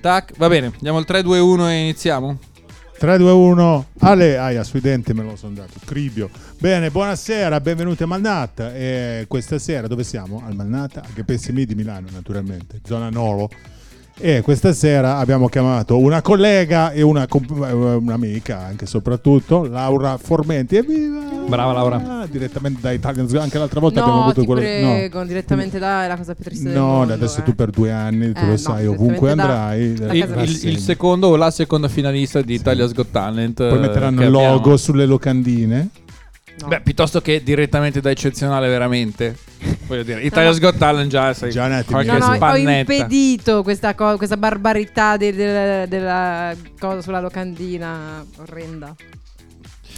Tac, va bene, andiamo al 3, 2, 1 e iniziamo. 3, 2, 1. Ale, aia, sui denti me lo sono dato. Cribio. Bene, buonasera, benvenuti a Malnata. E questa sera dove siamo? Al Malnata, anche Pessimì di Milano, naturalmente, zona Nolo. E questa sera abbiamo chiamato una collega e una comp- eh, un'amica, anche soprattutto, Laura Formenti. Evviva! Brava, Laura. Ah, Direttamente da Italian Zoo. Anche l'altra volta abbiamo No, avuto ti quello. prego, direttamente da è la cosa più triste del No, mondo. no adesso eh. tu per due anni, tu Eh, lo no, sai, ovunque direttamente da- andrai. eh, da Il, casa il- il rassegni. secondo o la seconda finalista di Italia's Got Talent. Poi eh, metteranno che il abbiamo. logo sulle locandine. No. Beh, piuttosto che direttamente da eccezionale, veramente. Voglio dire, Italia's Got Talent già, sai, Già un attimo. qualche No, no, ho spannetta. impedito questa, co- questa barbarità del- del- della cosa sulla locandina orrenda.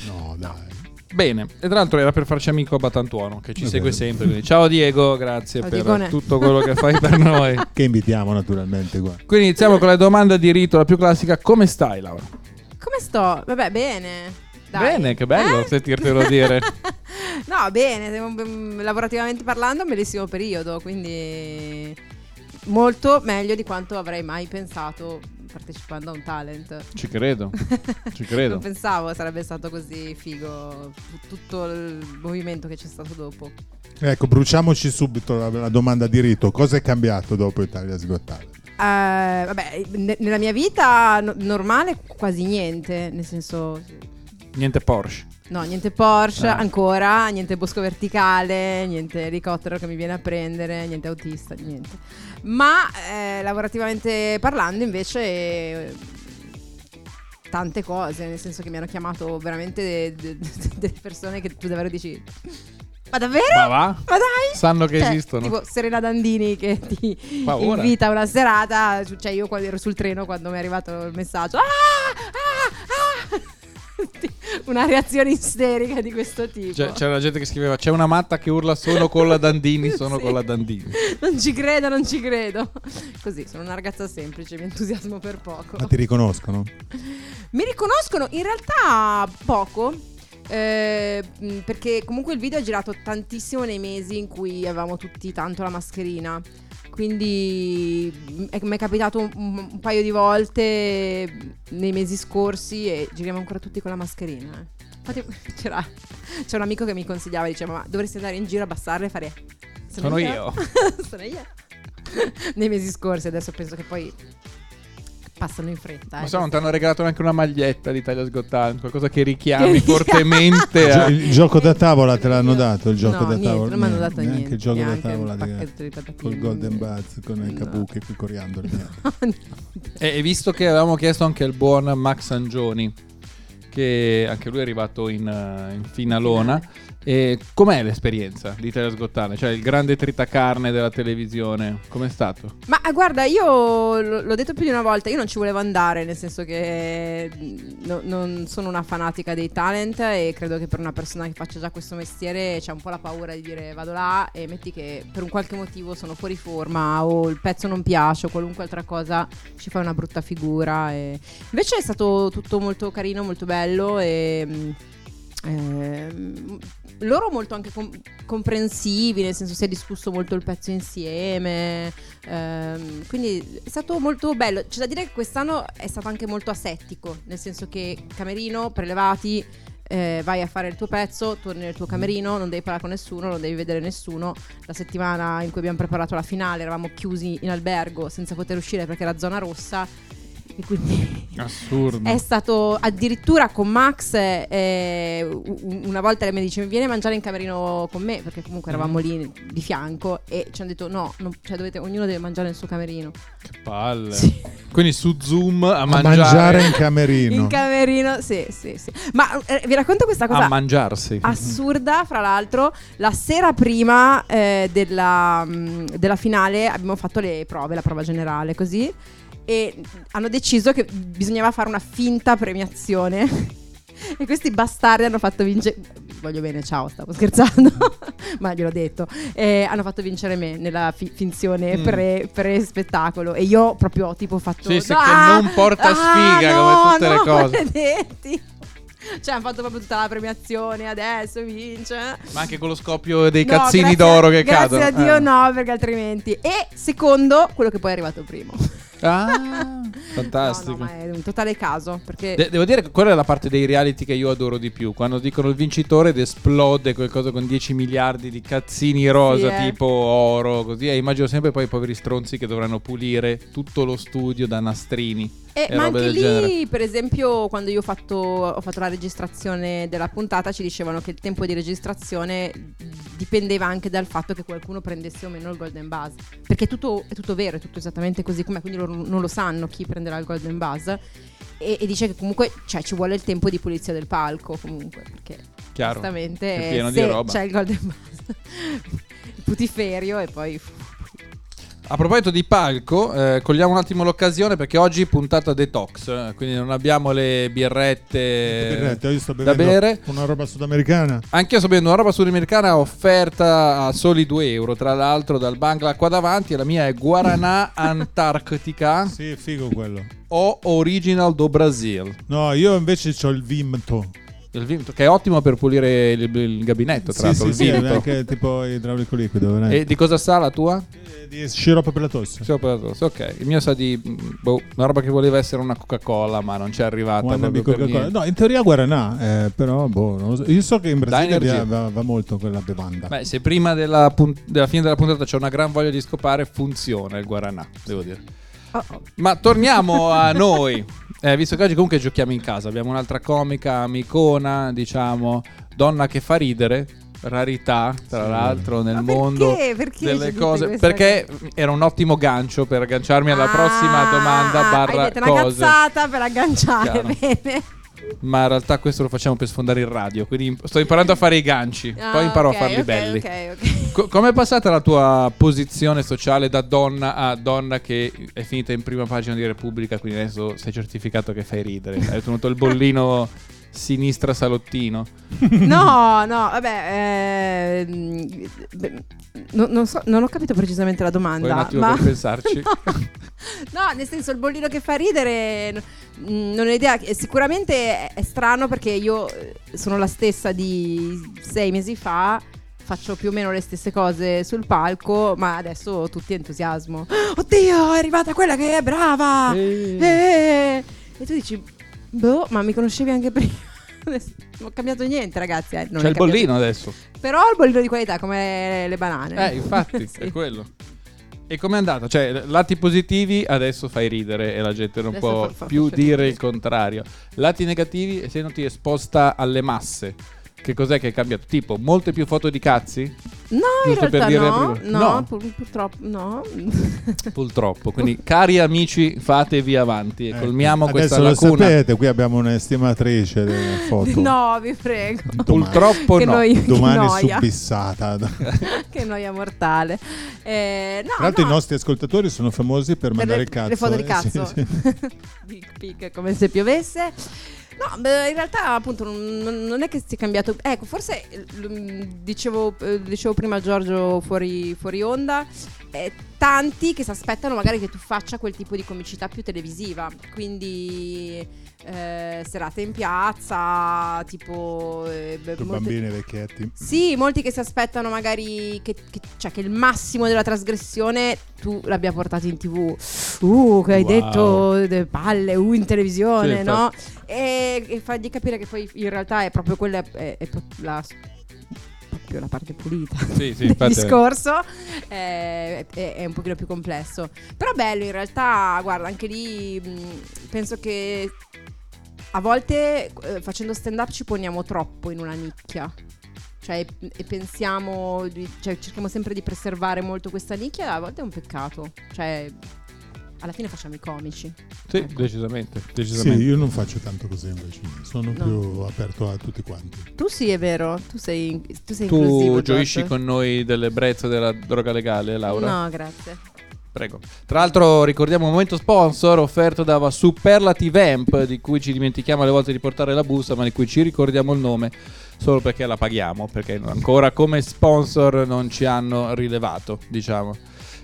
No, dai. Bene, e tra l'altro era per farci amico a Batantuono, che ci Ok. segue sempre. quindi ciao Diego, grazie Ciao, per Diegone. tutto quello che fai per noi. Che invitiamo naturalmente qua. Quindi iniziamo con la domanda di rito, la più classica. Come stai, Laura? Come sto? Vabbè, bene. Dai. Eh? Bene, che bello sentirtelo dire. no, bene, siamo, mm, lavorativamente parlando è un bellissimo periodo, quindi molto meglio di quanto avrei mai pensato partecipando a un talent. Ci credo, ci credo. Non pensavo sarebbe stato così figo tu- tutto il movimento che c'è stato dopo. Ecco, bruciamoci subito la, la domanda di rito. Cosa è cambiato dopo Italia sgottata? Eh, vabbè, ne- nella mia vita no- normale quasi niente, nel senso Niente Porsche. no, niente Porsche Ah. ancora, niente bosco verticale, niente elicottero che mi viene a prendere, niente autista, niente. Ma eh, lavorativamente parlando invece eh, tante cose, nel senso che mi hanno chiamato veramente de- de- de- delle persone che tu davvero dici "Ma davvero? Ma va? Ma dai! Sanno che Cioè, esistono. Tipo Serena Dandini che ti Paura. invita a una serata. Cioè, io quando ero sul treno quando mi è arrivato il messaggio. "Ah! Ah! Ah!" una reazione isterica di questo tipo. C'è- Cioè, c'era gente che scriveva: C'è una matta che urla sono con la Dandini, sono Sì. con la Dandini. Non ci credo, non ci credo. Così, sono una ragazza semplice, mi entusiasmo per poco. Ma ti riconoscono? Mi riconoscono in realtà poco. eh, mh, perché comunque il video è girato tantissimo nei mesi in cui avevamo tutti tanto la mascherina. Quindi mh, è- mi è capitato un, un- un paio di volte mh, nei mesi scorsi e giriamo ancora tutti con la mascherina. eh. Infatti c'era, c'era un amico che mi consigliava, diceva ma dovresti andare in giro a abbassarla e fare... Sono io." sono io. nei mesi scorsi, adesso penso che poi passano in fretta. Ma eh, se non ti queste- hanno regalato neanche una maglietta di Italia Sgottano, qualcosa che richiami fortemente Gio- a... il gioco da tavola te l'hanno dato? Il gioco eh. no, da niente, tavola? non mi hanno dato Neanche niente. il gioco da neanche tavola un di- pacchetto di patatine. Col Golden Buzz, con il No. Kabuki, con i coriandoli. niente. E e visto che avevamo chiesto anche al buon Max Angioni, che anche lui è arrivato in, eh, in finalona, e com'è l'esperienza di Italia Sgottano? Cioè il grande tritacarne della televisione, com'è stato? Ma eh, guarda, io l- l'ho detto più di una volta, io non ci volevo andare, nel senso che mm, no- non sono una fanatica dei talent e credo che per una persona che faccia già questo mestiere c'è un po' la paura di dire vado là e metti che per un qualche motivo sono fuori forma o il pezzo non piace o qualunque altra cosa ci fai una brutta figura. e- Invece è stato tutto molto carino, molto bello e... mm, ehm, loro molto anche com- comprensivi, nel senso si è discusso molto il pezzo insieme, Ehm, quindi è stato molto bello. C'è da dire che quest'anno è stato anche molto asettico, nel senso che Camerino, prelevati, eh, vai a fare il tuo pezzo, torni nel tuo camerino, non devi parlare con nessuno, non devi vedere nessuno. La settimana in cui abbiamo preparato la finale eravamo chiusi in albergo senza poter uscire perché era zona rossa. E quindi Assurdo. è stato addirittura con Max. eh, u- u- una volta mi dice: Vieni a mangiare in camerino con me. Perché comunque eravamo lì di fianco. E ci hanno detto: No, non- cioè, dovete- ognuno deve mangiare nel suo camerino. Che palle. Sì. Quindi su Zoom a A mangiare... mangiare in camerino. In camerino, sì, sì, sì. Ma eh, vi racconto questa cosa. a mangiarsi. assurda, fra l'altro, la sera prima eh, della, mh, della finale abbiamo fatto le prove, la prova generale, così. E hanno deciso che bisognava fare una finta premiazione. E questi bastardi hanno fatto vincere. Voglio bene, ciao, stavo scherzando, ma gliel'ho detto. Eh, hanno fatto vincere me nella fi- finzione Mm. pre- pre-spettacolo. E io proprio ho tipo fatto. Sì, sì, che Ah! non porta sfiga come tutte le cose." Maledetti. Cioè, hanno fatto proprio tutta la premiazione. Adesso vince. Ma anche con lo scoppio dei No, cazzini grazie- d'oro che cadono. Grazie a Dio, Eh. no, perché altrimenti. E secondo, quello che poi è arrivato primo. Ah, fantastico. No, no, ma è un totale caso. Perché De- devo dire che quella è la parte dei reality che io adoro di più. Quando dicono il vincitore ed esplode qualcosa con 10 miliardi di cazzini rosa, Sì, eh. tipo oro, così. E immagino sempre poi i poveri stronzi che dovranno pulire tutto lo studio da nastrini. Eh, e ma robe anche del lì, genere. per esempio, quando io ho fatto, ho fatto la registrazione della puntata, ci dicevano che il tempo di registrazione dipendeva anche dal fatto che qualcuno prendesse o meno il Golden Buzz. Perché è tutto, è tutto vero, è tutto esattamente così com'è, quindi loro non lo sanno chi prenderà il Golden Buzz. E, e dice che comunque cioè, ci vuole il tempo di pulizia del palco, comunque, perché Chiaro. giustamente è eh, pieno di se roba. c'è il Golden Buzz, il putiferio e poi... A proposito di palco, eh, cogliamo un attimo l'occasione perché oggi è puntata detox, eh, quindi non abbiamo le birrette, Eh, Berretto, Eh, io sto da bevendo bere. una roba sudamericana. Anch'io sto bevendo una roba sudamericana offerta a soli 2 euro, tra l'altro dal Bangla qua davanti, e la mia è Guaranà Antarctica Ah. Sì, è figo quello. o Original do Brasil, No, io invece ho il Vimto. Il vimto- che è ottimo per pulire il, il gabinetto, tra Sì, l'altro. sì, il sì, vimto. anche tipo idraulico liquido. veramente. E di cosa sa la tua? Eh, Di sciroppo per la tosse. Sì, ho parlato. Ok, il mio sa di mm, boh, una roba che voleva essere una Coca-Cola, ma non c'è arrivata. One proprio amico per Coca-Cola. niente. No, in teoria Guaranà, eh, però boh, non lo so. Io so che in Brasile energia. via- va, va molto quella bevanda. Beh, se prima della, pun- della fine della puntata c'è una gran voglia di scopare, funziona il Guaranà, devo dire. Oh, oh. Ma torniamo a noi, Eh, visto che oggi comunque giochiamo in casa. Abbiamo un'altra comica, amicona, diciamo, donna che fa ridere, rarità, tra Sì. l'altro, nel Ma perché? mondo Perché delle dite cose. questa Perché era un ottimo gancio per agganciarmi alla Ah, prossima domanda barra Hai detto una cose. cazzata per agganciare, Chiaro. bene. Ma in realtà questo lo facciamo per sfondare il radio, quindi imp- sto imparando a fare i ganci, poi imparo Ah, ok, a farli ok, belli. ok, ok. Co- com'è passata la tua posizione sociale da donna a donna che è finita in prima pagina di Repubblica, quindi adesso sei certificato che fai ridere? Hai ottenuto il bollino sinistra salottino. No, no, vabbè, ehm, beh, no- non, so- non ho capito precisamente la Vuoi domanda. un attimo ma... per pensarci? No. No, nel senso il bollino che fa ridere n- mh, non ho idea, Eh, sicuramente è- è strano perché io eh, sono la stessa di sei mesi fa, faccio più o meno le stesse cose sul palco, ma adesso ho tutti entusiasmo. Oddio, è arrivata quella che è brava! Eh. Eh. E tu dici, boh, ma mi conoscevi anche prima? Adesso Non ho cambiato niente ragazzi, eh, non C'è è il cambiato. bollino adesso. Però il bollino di qualità come le banane. Eh, infatti, Sì. è quello. E com'è andata? Cioè, lati positivi adesso fai ridere e la gente non Adesso può fa- fa- più fa- dire il contrario. Lati negativi, essendoti esposta alle masse. Che cos'è che è cambiato? Tipo, molte più foto di cazzi? No, in Giusto per realtà dire no, prima. no, No. pur- purtroppo no. Purtroppo. Quindi, cari amici, fatevi avanti e Ecco, colmiamo questa Adesso lo lacuna. sapete, qui abbiamo un'estimatrice delle foto. no, vi prego. Domani- Purtroppo che no. noi- Domani che noia. subissata. Tra che noia mortale. Eh, no, l'altro no, i nostri ascoltatori sono famosi per per mandare le, il cazzo. le foto di Eh, sì, cazzo. sì. Big pic come se piovesse. No, beh, in realtà appunto non, non è che si è cambiato. Ecco, forse eh, l- dicevo, eh, dicevo prima a Giorgio fuori, fuori onda. eh, tanti che si aspettano magari che tu faccia quel tipo di comicità più televisiva. Quindi eh, serate in piazza, tipo... eh, beh, Per molte- bambini e vecchietti. Sì, molti che si aspettano magari che, che- cioè che il massimo della trasgressione tu l'abbia portato in tv. Uh, che hai Wow. detto de- palle, uh, in televisione, Sì, no? E, e fargli capire che poi in realtà è proprio quella, è, è pro- la, proprio la parte pulita Sì, sì, del infatti- discorso. eh, è, è un pochino più complesso. Però bello, in realtà, guarda, anche lì mh, penso che... A volte eh, facendo stand up ci poniamo troppo in una nicchia cioè, e pensiamo, di- cioè, cerchiamo sempre di preservare molto questa nicchia, a volte è un peccato. Cioè, alla fine facciamo i comici. Sì, decisamente. Sì, decisamente. io non faccio tanto così invece. Sono No. più aperto a tutti quanti. Tu sì, è vero, tu sei, tu sei esatto. Tu gioisci con noi delle brezze della droga legale, Laura? No, grazie. Prego. Tra l'altro ricordiamo un momento sponsor offerto da Superlative Amp, di cui ci dimentichiamo alle volte di portare la busta, ma di cui ci ricordiamo il nome solo perché la paghiamo, perché ancora come sponsor non ci hanno rilevato, diciamo.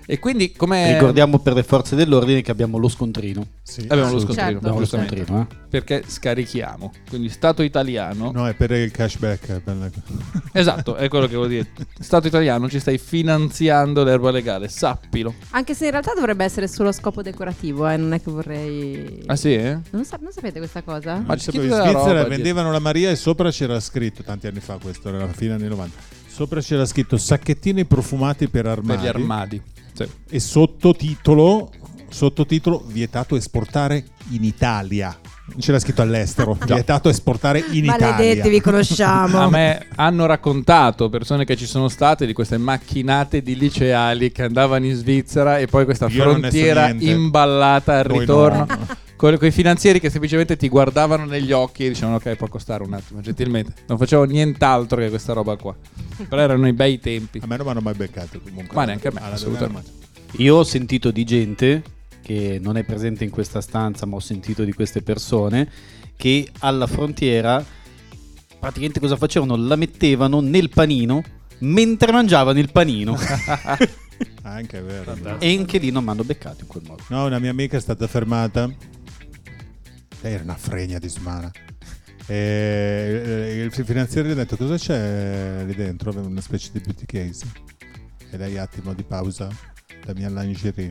E quindi come... Ricordiamo per le forze dell'ordine che abbiamo lo scontrino. Sì. Abbiamo lo Sì. scontrino, Certo. abbiamo Lo lo scontrino. scontrino, eh. Perché scarichiamo. Quindi Stato italiano. No, Eh, è per il cashback. è per la- Esatto, è quello che volevo dire. Stato italiano, ci stai finanziando l'erba legale, sappilo. Anche se in realtà dovrebbe essere solo a scopo decorativo, eh, non è che vorrei... Ah sì, eh? non, sa- non sapete questa cosa? Ma Non c'è chi sapevo, della in roba Svizzera dietro. vendevano la Maria e sopra c'era scritto, tanti anni fa questo, era la fine anni 90, sopra c'era scritto sacchettini profumati per armadi, Per gli armadi. Sì. e sottotitolo, sottotitolo vietato esportare in Italia. Non C'era scritto all'estero, vietato esportare in Maledetti, Italia. vi conosciamo. A me hanno raccontato persone che ci sono state di queste macchinate di liceali che andavano in Svizzera e poi questa Io non ne so frontiera niente. imballata al Voi no. ritorno. Con quei finanzieri che semplicemente ti guardavano negli occhi e dicevano ok può costare un attimo gentilmente non facevo nient'altro che questa roba qua però erano i bei tempi A me non mi hanno mai beccato comunque. Ma neanche a me, Alla assolutamente. domanda. eh. Io ho sentito di gente che non è presente in questa stanza, ma ho sentito di queste persone che alla frontiera praticamente cosa facevano? La mettevano nel panino mentre mangiavano il panino. Ah, Anche è vero. e anche lì non mi hanno beccato in quel modo. No, una mia amica è stata fermata. Lei era una fregna di smana. E eh, il fi- finanziere gli ha detto cosa c'è lì dentro? Aveva una specie di beauty case. E lei attimo di pausa, la mia lingerie.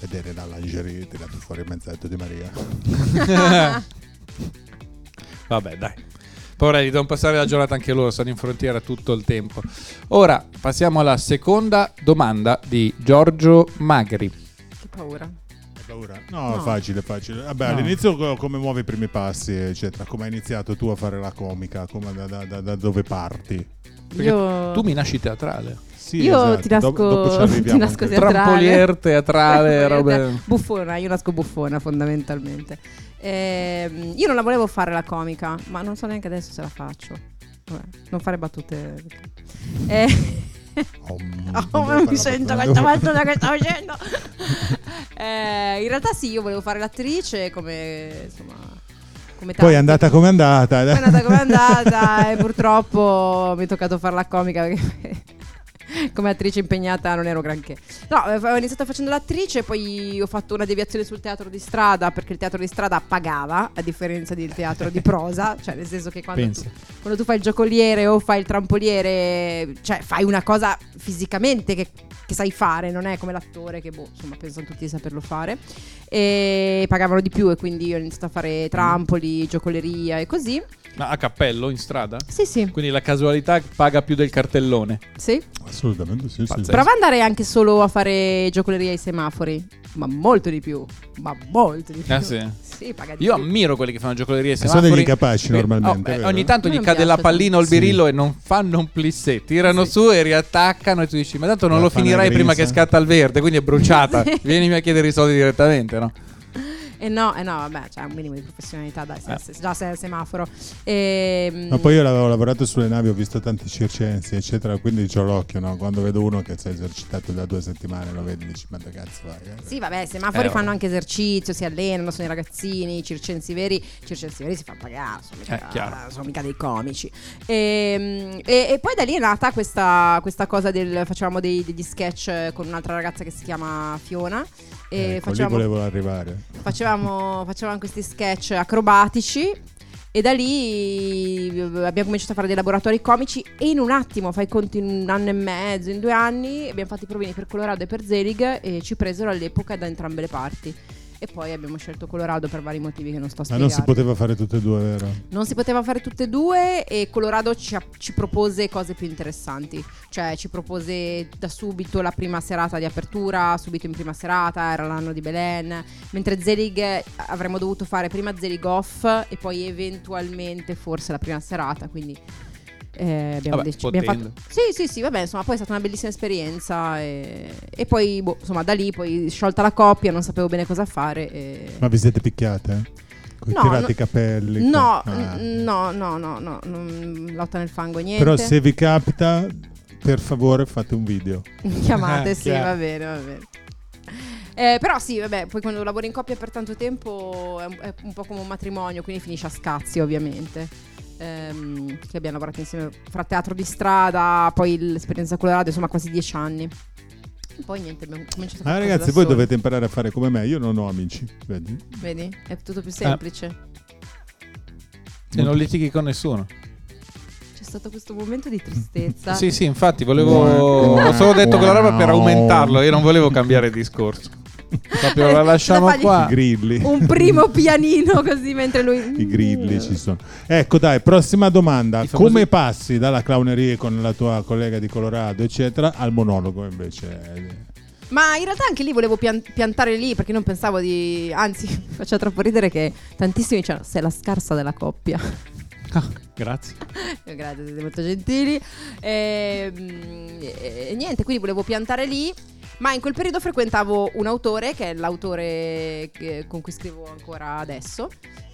Vedere la lingerie tirato fuori il mezzetto di Maria. Vabbè, dai. Poverelli, devono passare la giornata anche loro, sono in frontiera tutto il tempo. Ora passiamo alla seconda domanda di Giorgio Magri. Che paura. Hai paura? No, No. facile, facile. Vabbè, all'inizio co- come muovi i primi passi, eccetera. Come hai iniziato tu a fare la comica? Come- da, da- da- da dove parti? Perché Io... Tu mi nasci teatrale. Sì, Io esatto. ti nasco- Do- dopo ci ti arriviamo nasco anche- Teatrale. Trampolier teatrale, robe. Buffona, io nasco buffona fondamentalmente. Ehm, io non la volevo fare la comica, ma non so neanche adesso se la faccio. Vabbè, non fare battute. Eh, Oh, Oh, non mi sento questa battuta che sto facendo. Eh, in realtà sì, io volevo fare l'attrice come insomma Poi come è tanti. andata come è andata. Poi è andata come è andata e purtroppo mi è toccato fare la comica perché come attrice impegnata non ero granché. No, eh, ho iniziato facendo l'attrice, poi ho fatto una deviazione sul teatro di strada perché il teatro di strada pagava, a differenza del teatro di prosa, cioè nel senso che quando tu, Pensa. quando tu fai il giocoliere o fai il trampoliere, cioè fai una cosa fisicamente che, che sai fare, non è come l'attore che boh, insomma, pensano tutti di saperlo fare. E pagavano di più e quindi io ho iniziato a fare trampoli, giocoleria e così. Ma a cappello in strada? Sì, sì, Quindi la casualità paga più del cartellone. sì. Assolutamente sì, sì. Pazzesco. Prova ad andare anche solo a fare giocoleria ai semafori, ma molto di più, ma molto di più. Ah, sì? Sì, paga di Io più. ammiro quelli che fanno giocolerie e Ma sono semafori. degli incapaci Perché- normalmente. oh, eh, vero? ogni tanto Non gli mi cade la piace pallina o il tanto. birillo e non fanno un plissé. Tirano su e riattaccano e tu dici: Ma tanto non La lo fana finirai grisa. prima che scatta il verde, quindi è bruciata. Vienimi a chiedere i soldi direttamente, no? E no, eh no, vabbè, c'è un minimo di professionalità, dai, Eh. se- se- già sei al semaforo. Ehm, Ma poi io l'avevo lavorato sulle navi, ho visto tanti circensi, eccetera, quindi c'ho l'occhio, no? Quando vedo uno che si è esercitato da due settimane, lo vedi e dici, ma da cazzo vai? eh?" Sì, vabbè, i semafori Eh, fanno vabbè. anche esercizio, si allenano, sono i ragazzini, i circensi veri, i circensi veri si fanno pagare, sono Eh, mica, chiaro. sono mica dei comici. Ehm, E, e poi da lì è nata questa, questa cosa del facevamo dei- degli sketch eh, con un'altra ragazza che si chiama Fiona e Ecco, lì facevamo volevo arrivare. facevamo, facevamo questi sketch acrobatici e da lì eh, abbiamo cominciato a fare dei laboratori comici e in un attimo, fai i conti in un anno e mezzo, in due anni, abbiamo fatto i provini per Colorado e per Zelig e ci presero all'epoca da entrambe le parti. E poi abbiamo scelto Colorado per vari motivi che non sto a Ma spiegare. non si poteva fare tutte e due, vero? Non si poteva fare tutte e due e Colorado ci, ha- ci propose cose più interessanti, cioè ci propose da subito la prima serata di apertura, subito in prima serata, era l'anno di Belen, mentre Zelig eh, avremmo dovuto fare prima Zelig off e poi eventualmente forse la prima serata, quindi eh, abbiamo Vabbè, deciso... abbiamo potendo. fatto- Sì, sì, sì, vabbè, insomma, poi è stata una bellissima esperienza e, e poi, boh, insomma, da lì poi sciolta la coppia, non sapevo bene cosa fare. E... Ma vi siete picchiate? Con No, tirati no- i capelli? No, con- Ah. n- no, no, no, no, non- lotta nel fango, niente. Però se vi capita, per favore fate un video. Eh, Chiamate, sì, Chiaro. va bene, va bene. Eh, però sì, vabbè, poi quando lavori in coppia per tanto tempo è un, è un po' come un matrimonio, quindi finisce a scazzi ovviamente. Ehm, che abbiamo lavorato insieme fra teatro di strada, poi l'esperienza colorado, insomma quasi dieci anni. Poi niente, abbiamo cominciato Ah, qualcosa ragazzi, da voi soli. dovete imparare a fare come me. Io non ho amici. Vedi? Vedi? È tutto più semplice. Ah. E non litighi con nessuno. C'è stato questo momento di tristezza. Sì, sì, infatti volevo. Buono. Ho solo detto quella roba per Wow. aumentarlo. Io non volevo cambiare discorso. Proprio la lasciamo Fagli- qua. I grilli. Un primo pianino così mentre lui... Mm. I grilli ci sono. Ecco, dai, prossima domanda. I famosi- Come passi dalla clowneria con la tua collega di Colorado, eccetera, al monologo invece? Ma in realtà anche lì volevo pian- piantare lì perché non pensavo di... Anzi, mi faceva troppo ridere che tantissimi dicevano sei la scarsa della coppia. Ah, grazie. Eh, Grazie, siete molto gentili. E, mm, e- e niente, quindi volevo piantare lì. Ma in quel periodo frequentavo un autore che è l'autore che- con cui scrivo ancora adesso.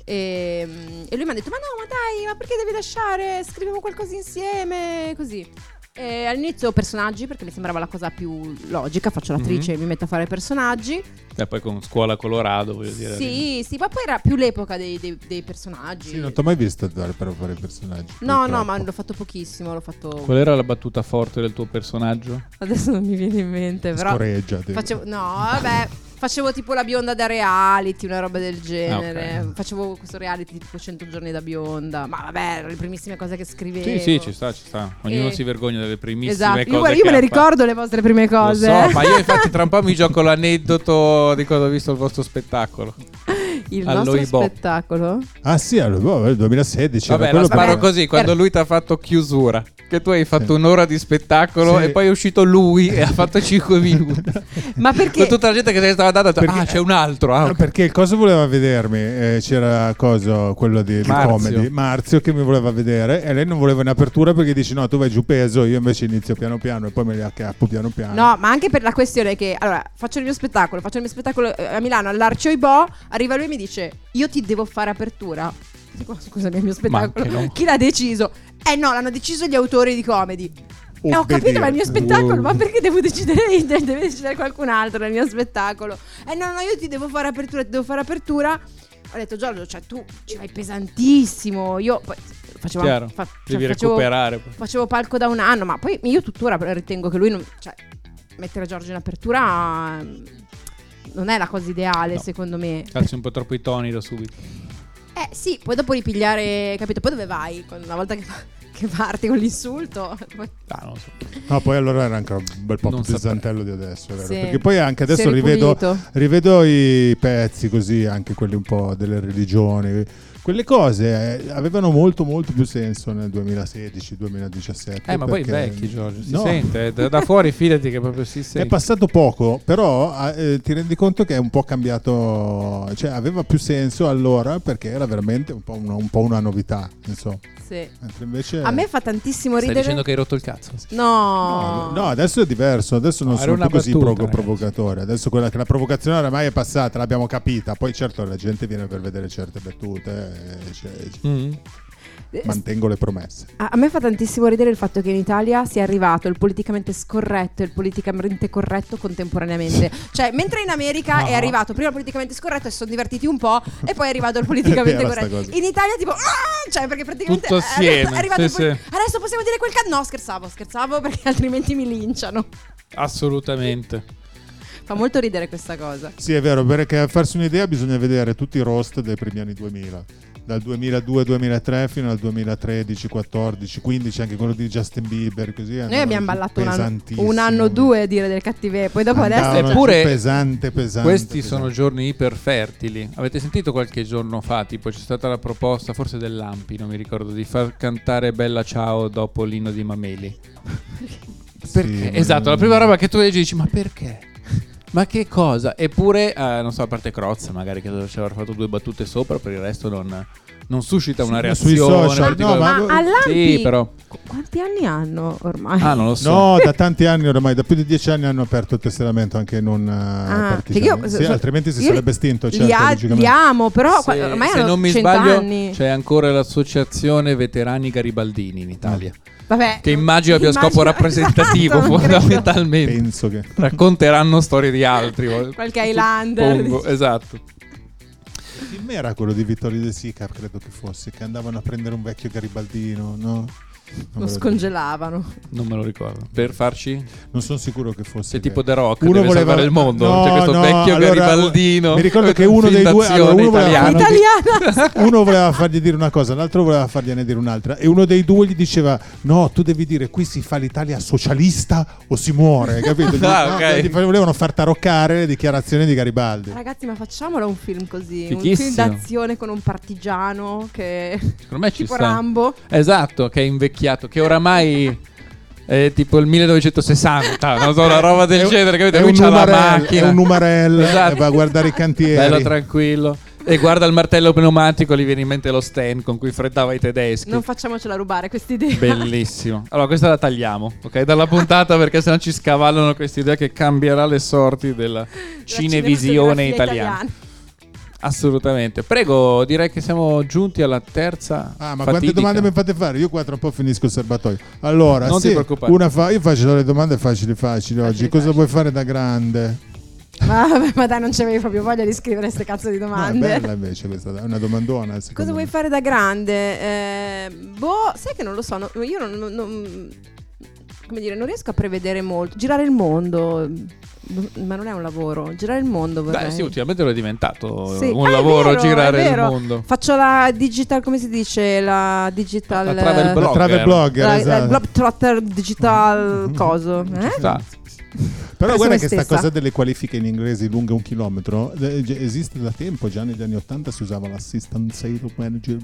E, mm, e lui mi ha detto: Ma no, ma dai, ma perché devi lasciare? Scriviamo qualcosa insieme. Così. E all'inizio personaggi perché mi sembrava la cosa più logica. Faccio l'attrice, mi metto a fare personaggi. E eh, poi con scuola Colorado, voglio dire. Sì, sì, ma poi era più l'epoca dei, dei- dei personaggi. Sì, non ti ho mai visto fare però fare i personaggi. no, no, purtroppo. ma l'ho fatto pochissimo. L'ho fatto Qual era la battuta forte del tuo personaggio? Adesso non mi viene in mente, però. Scorreggiati. Facevo, no, vabbè. Facevo tipo la bionda da reality, una roba del genere. Ah, ok. Facevo questo reality tipo 100 giorni da bionda. Ma vabbè, erano le primissime cose che scrivevo. Sì, sì, ci sta, ci sta. Ognuno Eh. si vergogna delle primissime Esatto. cose. Io, guarda, io che me le ha fatto. ricordo le vostre prime cose. Lo so, ma io infatti tra un po' mi gioco l'aneddoto di quando ho visto il vostro spettacolo. Il Allo nostro Ibo. spettacolo. Ah sì, allora, nel 2016. Vabbè, era lo quello sparo per- così, quando lui ti ha fatto chiusura, che tu hai fatto Sì. un'ora di spettacolo Sì. e poi è uscito lui e ha fatto 5 minuti. Ma perché? Con tutta la gente che se ne stava andando ha detto, Perché- ah c'è un altro, ah, Ah, ok." perché il coso voleva vedermi, eh, c'era coso, quello di, di Marzio. comedy, Marzio che mi voleva vedere e lei non voleva un'apertura perché dice no tu vai giù peso, io invece inizio piano piano e poi me li accappo piano Ah, piano. No, ma anche per la questione che allora faccio il mio spettacolo, faccio il mio spettacolo eh, a Milano all'Arcio Ibò, arriva lui e mi dice "Io ti devo fare apertura". Dico, "Ma scusami, è il mio anche spettacolo. no. Chi l'ha deciso? Eh no, l'hanno deciso gli autori di comedy. Oh, Eh, ho Obbedire. capito, ma è il mio spettacolo, Uh. ma perché devo decidere io? De- Deve decidere qualcun altro nel mio spettacolo. Eh no, no, io ti devo fare apertura, ti devo fare apertura. Ho detto Giorgio, cioè tu ci vai pesantissimo. Io poi facevo Chiaro, fa- devi cioè, facevo- recuperare. facevo palco da un anno, ma poi io tuttora ritengo che lui non. Cioè, mettere Giorgio in apertura mm, non è la cosa ideale, No. secondo me. Eh. Calci un po' troppo i toni da subito. Eh sì, poi dopo ripigliare, capito? Poi dove vai? Con- Una volta che, che parti con l'insulto. poi- Ah, non lo so. No, poi allora era anche un bel po' più Non saprei. pesantello di adesso, è vero? Sì. perché poi anche adesso Si è rivedo, ripulito. rivedo i pezzi così, anche quelli un po' delle religioni, quelle cose eh, avevano molto molto più senso nel 2016-2017. Eh, ma poi perché- vecchi Giorgio, si No. sente, eh, da, da fuori fidati che proprio si È sente. passato poco, però ah, eh, ti rendi conto che è un po' cambiato, cioè aveva più senso allora perché era veramente un po' una, un po' una novità, insomma. Sì. Mentre invece... A me fa tantissimo Stai ridere. dicendo che hai rotto il cazzo? No. No, no, adesso è diverso, adesso non No, era sono una più così battuta, poco ragazzi. provocatore, adesso quella che la provocazione oramai è passata, l'abbiamo capita, poi certo la gente viene per vedere certe battute, eh, cioè, Mm. Eh, mantengo le promesse. A a me fa tantissimo ridere il fatto che in Italia sia arrivato il politicamente scorretto e il politicamente corretto contemporaneamente. Cioè, mentre in America Ah. è arrivato prima il politicamente scorretto e si sono divertiti un po' e poi è arrivato il politicamente È vera sta corretto. cosa. In Italia tipo "Ah!" cioè perché praticamente Tutto è arrivato- assieme, è arrivato sì, il poli- sì. Adesso possiamo dire quel cazzo? No, scherzavo, scherzavo perché altrimenti mi linciano. Assolutamente. Fa molto ridere questa cosa. Eh, Sì, è vero, perché a farsi un'idea bisogna vedere tutti i roast dei primi anni 2000, dal 2002-2003 fino al 2013, 14, 15, anche quello di Justin Bieber, così. Noi andavano abbiamo giù ballato un anno, pesantissimo. un anno o due dire delle cattive, poi dopo Andavano adesso giù Eh, Eppure pesante, pesante, Questi pesante. sono giorni iperfertili. Avete sentito qualche giorno fa, tipo c'è stata la proposta, forse dell'Ampi, non mi ricordo, di far cantare Bella Ciao dopo l'inno di Mameli. Perché? ma- esatto, la prima roba che tu leggi dici, ma perché? Ma che cosa? Eppure, eh, non so, a parte Crozza, magari che ci avrà fatto due battute sopra, per il resto non, non suscita una sui reazione. social, no, particolare. ma- Ma all'Ampi Sì, però. qu- quanti anni hanno ormai? Ah, non lo so. No, da tanti anni ormai, da più di dieci anni hanno aperto il testamento anche non eh, Ah, che partigiani. io- Sì, so- so- altrimenti si io sarebbe estinto. li Certo, a- li logicamente. cioè, amo, però qua- se, ormai se hanno non mi 100 sbaglio, anni. c'è ancora l'associazione veterani Garibaldini in Italia. Mm. Vabbè, Che immagino abbia scopo rappresentativo, esatto, non credo. fondamentalmente. Penso che Racconteranno storie di altri. vol- Qualche Highlander. suppongo, esatto. il era quello di Vittorio De Sica, credo che fosse, che andavano a prendere un vecchio Garibaldino, no? Non me Lo lo scongelavano. Non me lo ricordo. Per farci? dico. Non sono sicuro che fosse. Sei vero. tipo The Rock, Uno deve voleva- salvare il mondo. No, C'è questo no, vecchio allora, garibaldino. mi ricordo con che uno un film dei due- allora, d'azione uno voleva- italiano. uno- Italiana! Uno voleva fargli dire una cosa, l'altro voleva fargliene dire un'altra. E uno dei due gli diceva: No, tu devi dire qui si fa l'Italia socialista o si muore, capito? Ah, ok. gli volevano far taroccare le dichiarazioni di Garibaldi. Ragazzi, ma facciamolo un film così. Un film Fichissimo. d'azione con un partigiano che. Secondo me ci tipo sta. Rambo. Esatto, che è invecchiato, che oramai è tipo il 1960, non so, una roba È del un- genere, capito? è Lui un c'ha la numerello, macchina. È un numerello, Esatto. e va a guardare i cantieri. Bello tranquillo. E guarda il martello pneumatico, gli viene in mente lo stand con cui freddava i tedeschi. Non facciamocela rubare questa idea. Bellissimo. Allora, questa la tagliamo, ok? Dalla puntata perché sennò ci scavallano questa idea che cambierà le sorti della La cinevisione cinematografia italiana. Assolutamente. Prego, direi che siamo giunti alla terza. Ah, ma quante fatidica. domande mi fate fare? Io qua tra un po' finisco il serbatoio. Allora, Non ti sì, preoccupare. una fa- io faccio le domande facili facili oggi. Facili, Cosa facili. vuoi fare da grande? Ma, vabbè, ma dai, non c'avevi proprio voglia di scrivere queste cazzo di No, Ah, è domande. bella invece questa, è una domandona. Cosa secondo vuoi me. fare da grande? Eh, boh, sai che non lo so. no- io non, non- non- Come dire, non riesco a prevedere molto. Girare il mondo. no- Ma non è un lavoro. Girare il mondo vorrei. Beh, sì, ultimamente lo è diventato Sì. un Ah, è lavoro vero, girare è il vero. mondo. Faccio la digital, come si dice? La digital. eh, La travel blog. La travel Blogger. blogger, la, esatto. la globetrotter digital coso. Eh? Mm. Sta. Però Penso guarda me che sta stessa. cosa delle qualifiche in inglese lunghe un chilometro eh, gi- esiste da tempo, già negli anni 80 si usava l'assistant sales manager.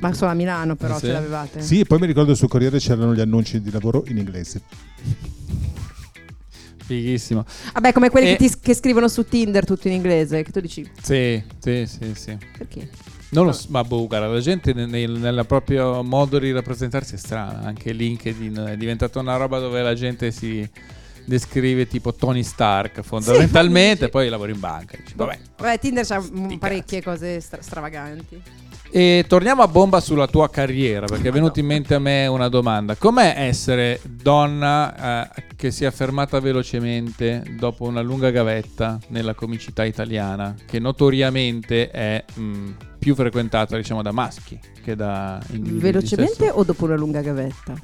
Ma solo a Milano, però Eh sì. ce l'avevate. Sì, e poi mi ricordo sul Corriere c'erano gli annunci di lavoro in inglese. Fighissimo. Vabbè, come quelli E- che, ti- che scrivono su Tinder tutto in inglese. Che tu dici, Sì, sì, sì, sì. perché? Non lo so, ma boh, guarda, la gente nel, nel proprio modo di rappresentarsi è strana. Anche LinkedIn è diventata una roba dove la gente si descrive tipo Tony Stark fondamentalmente, Sì. poi lavora in banca. dici, vabbè. Boh. Vabbè, Tinder c'ha mm, Sti parecchie cose stra- stravaganti. E torniamo a bomba sulla tua carriera, perché è venuta in mente a me una domanda. Com'è essere donna eh, che si è affermata velocemente dopo una lunga gavetta nella comicità italiana, che notoriamente è mh, più frequentata, diciamo, da maschi che da individui di Velocemente sesso- o dopo una lunga gavetta?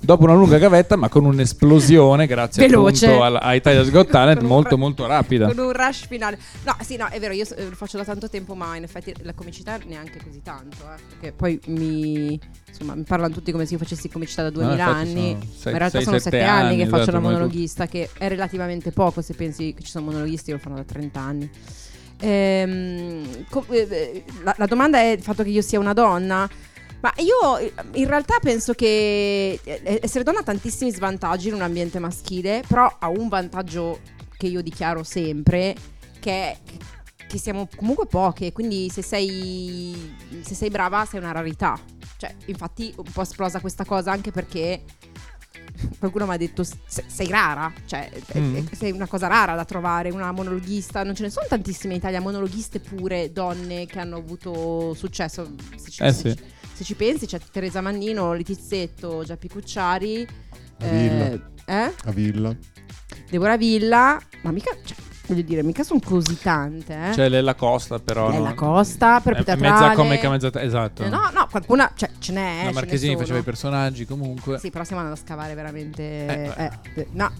Dopo una lunga gavetta, ma con un'esplosione, grazie Veloce. appunto al- a Italia's Got Talent, Con un molto fra- molto rapida. Con un rush finale. No, sì, no, è vero, io s- eh, lo faccio da tanto tempo, ma in effetti la comicità neanche così tanto. Eh, perché poi mi. Insomma, mi parlano tutti come se io facessi comicità da 2000 No, infatti anni. sono sei- ma in realtà sei, sono sette sette anni, che faccio esatto, la come tu. monologhista, che è relativamente poco se pensi che ci sono monologhisti che lo fanno da 30 anni. Ehm, co- eh, eh, la, la domanda è il fatto che io sia una donna. Ma io eh, in realtà penso che eh, essere donna ha tantissimi svantaggi in un ambiente maschile, però ha un vantaggio che io dichiaro sempre, che è che siamo comunque poche, quindi se sei, se sei brava sei una rarità. Cioè, infatti un po' esplosa questa cosa anche perché qualcuno mi ha detto "Se- sei rara, cioè è- Mm. è- sei una cosa rara da trovare, una monologhista, non ce ne sono tantissime in Italia, monologhiste pure donne che hanno avuto successo. Se ci, Eh se sì. ci- se ci pensi c'è Teresa Mannino, Letizzetto, Giappi Cucciari, A Villa. eh? A Villa. Deborah Villa, ma mica, cioè, voglio dire, mica sono così tante, eh? C'è Lella Costa, però. Lella Cioè, no? Costa, per È Mezza teatrale. comica, mezza. Esatto. Eh, No, no, qualcuna, cioè, ce n'è. La ce Marchesini ne sono. faceva i personaggi comunque. Sì, però stiamo andando a scavare veramente. Eh, eh, eh, no.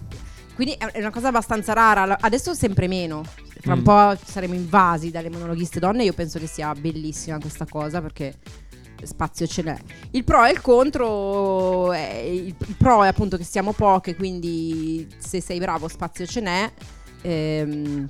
Quindi è è una cosa abbastanza rara. La- Adesso sempre meno. Fra un Mm. po' saremo invasi dalle monologhiste donne. Io penso che sia bellissima questa cosa perché spazio ce n'è. Il pro e il contro. È, il il pro è appunto che siamo poche, quindi se sei bravo spazio ce n'è. Ehm,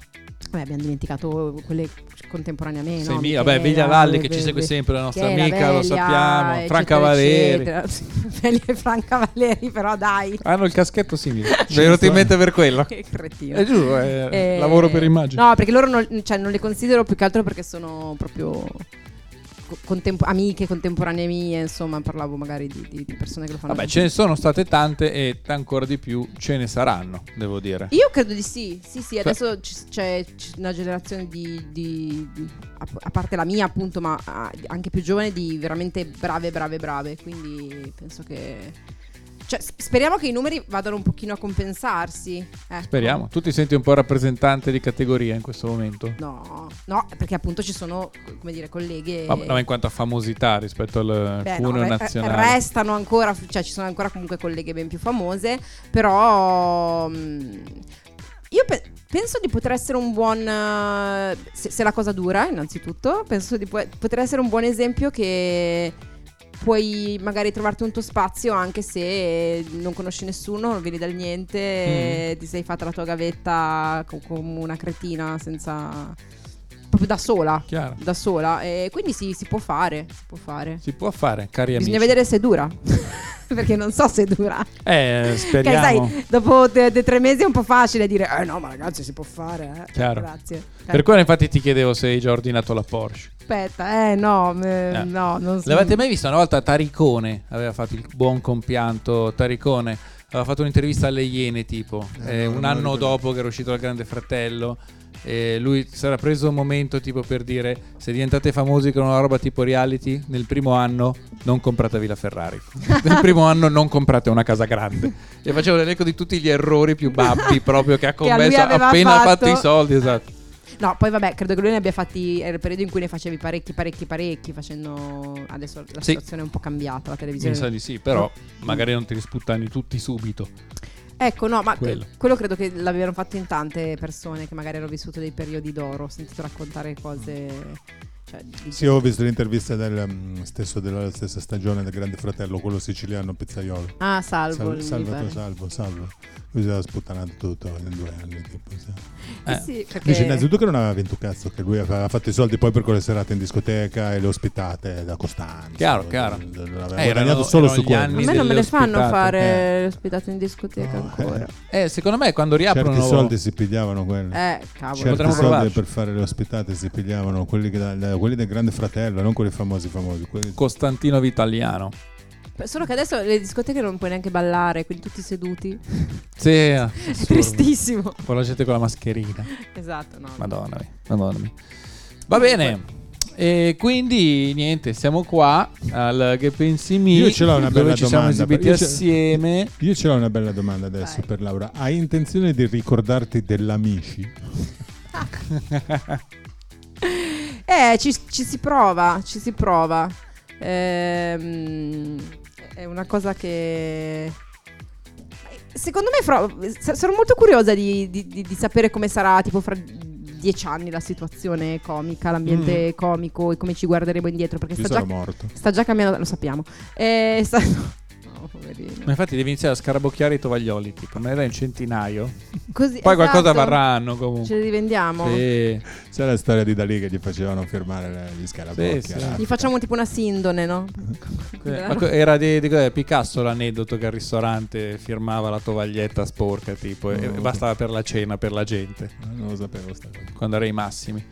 vabbè, abbiamo dimenticato quelle contemporaneamente. Sei no? mia, vabbè, Viglia Michela, Lalli che Be- ci segue Be- sempre, la nostra Michela, amica, lo Velia, sappiamo. Franca eccetera, Valeri. eccetera. Velia e Franca Valeri, però dai. Hanno il caschetto simile. Mi è venuto in mente per quello. Che cretino. Eh, giuro, è Eh, lavoro per immagini. No, perché loro non, cioè, non le considero più che altro perché sono proprio co- contempo- amiche contemporanee mie, insomma, parlavo magari di, di- di persone che lo fanno. Vabbè, ce ne sono state tante e t- ancora di più ce ne saranno, devo dire. Io credo di sì, sì, Cioè- sì, adesso ci- c'è c'è una generazione di, di- di- a, a parte la mia appunto, ma ah, anche più giovane, di veramente brave, brave, brave, quindi penso che Cioè, s- speriamo che i numeri vadano un pochino a compensarsi. ecco. Speriamo. Tu ti senti un po' rappresentante di categoria in questo momento? No, no, perché appunto ci sono, come dire, colleghe... Ma, no, ma in quanto a famosità rispetto al Beh, no, cuneo re- eh, nazionale. Restano ancora, cioè ci sono ancora comunque colleghe ben più famose, però mm, io pe- penso di poter essere un buon, eh, se, se la cosa dura innanzitutto, penso di pu- poter essere un buon esempio che puoi magari trovarti un tuo spazio anche se non conosci nessuno, non vieni dal niente, eh, ti sei fatta la tua gavetta co- come una cretina senza... proprio da sola. Chiaro. Da sola, e quindi sì, si può fare, si può fare. Si può fare, cari amici. Bisogna vedere se dura. Perché non so se dura. Eh, Perché speriamo. sai, dopo de- de- tre mesi è un po' facile dire, eh no, ma ragazzi si può fare. Eh. Chiaro. Grazie. Per quello infatti ti chiedevo se hai già ordinato la Porsche. Aspetta, eh no, me- Eh. no, non so. L'avete mai visto? Una volta Taricone aveva fatto il buon compianto. Taricone aveva fatto un'intervista alle Iene, tipo, Eh, eh, no, un non anno ricordo. dopo che era uscito il Grande Fratello. E lui si era preso un momento tipo per dire se diventate famosi con una roba tipo reality nel primo anno non compratevi la Ferrari nel primo anno non comprate una casa grande e facevo l'elenco di tutti gli errori più babbi proprio che ha Che a lui commesso aveva appena ha fatto fatto. i soldi esatto No, poi vabbè, credo che lui ne abbia fatti. Era il periodo in cui ne facevi parecchi, parecchi, parecchi. Facendo. Adesso la Sì. situazione è un po' cambiata. La mi sa televisione. di sì però Oh. magari non te li sputtani tutti subito Ecco, no, ma Quello. quello. credo che l'avevano fatto in tante persone che magari hanno vissuto dei periodi d'oro. Ho sentito raccontare cose. Cioè, di- Sì, ho visto l'intervista del, mm, stesso, della stessa stagione del Grande Fratello, quello siciliano Pizzaiolo. Ah, salvo. Sal- mi salvato, pare. salvo, salvo. Lui si era sputtanato tutto in due anni. Tipo, sì. Eh Eh. sì, perché... Dice innanzitutto che non aveva vinto un cazzo, che lui aveva fatto i soldi poi per quelle serate in discoteca e le ospitate da Costanza. Chiaro, chiaro. L'aveva Eh, guadagnato erano- solo erano su gli quello. anni A me non me delle le fanno ospitate, eh. fare l'ospitato in discoteca No, ancora. eh, Eh, secondo me quando riaprono certi soldi si pigliavano quelli. Eh, cavolo. Certi potremmo soldi provarci. per fare le ospitate si pigliavano quelli, che da- da- quelli del Grande Fratello, non quelli famosi famosi. Quelli... Costantino Vitaliano. Solo che adesso le discoteche non puoi neanche ballare, quindi tutti seduti. Sì, È eh, assurdo. tristissimo. Con la gente con la mascherina. Esatto, no. Madonna, mia, madonna. mia. Va bene. E quindi niente, siamo qua al Che pensi mi Io ce l'ho una dove bella ci siamo domanda, esibiti perché c'è- assieme. Io ce l'ho una bella domanda adesso Vai. per Laura. Hai intenzione di ricordarti dell'amici? Eh, ci, ci si prova, ci si prova. Ehm, è una cosa che... Secondo me, fra- s- sono molto curiosa di, di- di- di sapere come sarà tipo fra dieci anni la situazione comica, l'ambiente comico e come ci guarderemo indietro, perché Io sta già, sono morto. sta già cambiando, lo sappiamo. Eh, sta- no, poverino. Ma infatti devi iniziare a scarabocchiare i tovaglioli, tipo, ne era in centinaio. Poi Così- qualcosa esatto. varranno comunque. Ce li rivendiamo. Sì. C'è la storia di Dalì che gli facevano firmare le- gli scarabocchi. Sì, alla sì. Africa. Gli facciamo tipo una sindone, no? Ma que- era di, di cos'è? Picasso l'aneddoto che al ristorante firmava la tovaglietta sporca, tipo, e- Oh, e ok. bastava per la cena, per la gente. Ah, Non lo sapevo sta cosa. quando ero ai massimi.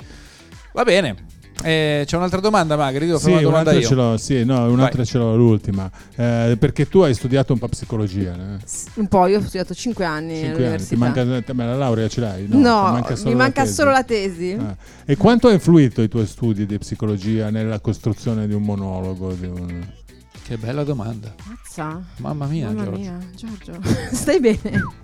Va bene. Eh, c'è un'altra domanda, Magri. Devo fare Sì, una domanda un'altra io. ce l'ho, sì, no, un'altra ce l'ho, l'ultima. Eh, perché tu hai studiato un po' psicologia, eh? S- Un po', io ho studiato 5 anni Cinque anni. Ti Eh, all'università. manca, ma la laurea ce l'hai? no, No, ti manca solo mi manca tesi. solo la tesi. Ah. E quanto ha influito i tuoi studi di psicologia nella costruzione di un monologo? di un- Che bella domanda. Mazza. Mamma mia, Mamma Giorgio. mia, Giorgio. Stai bene?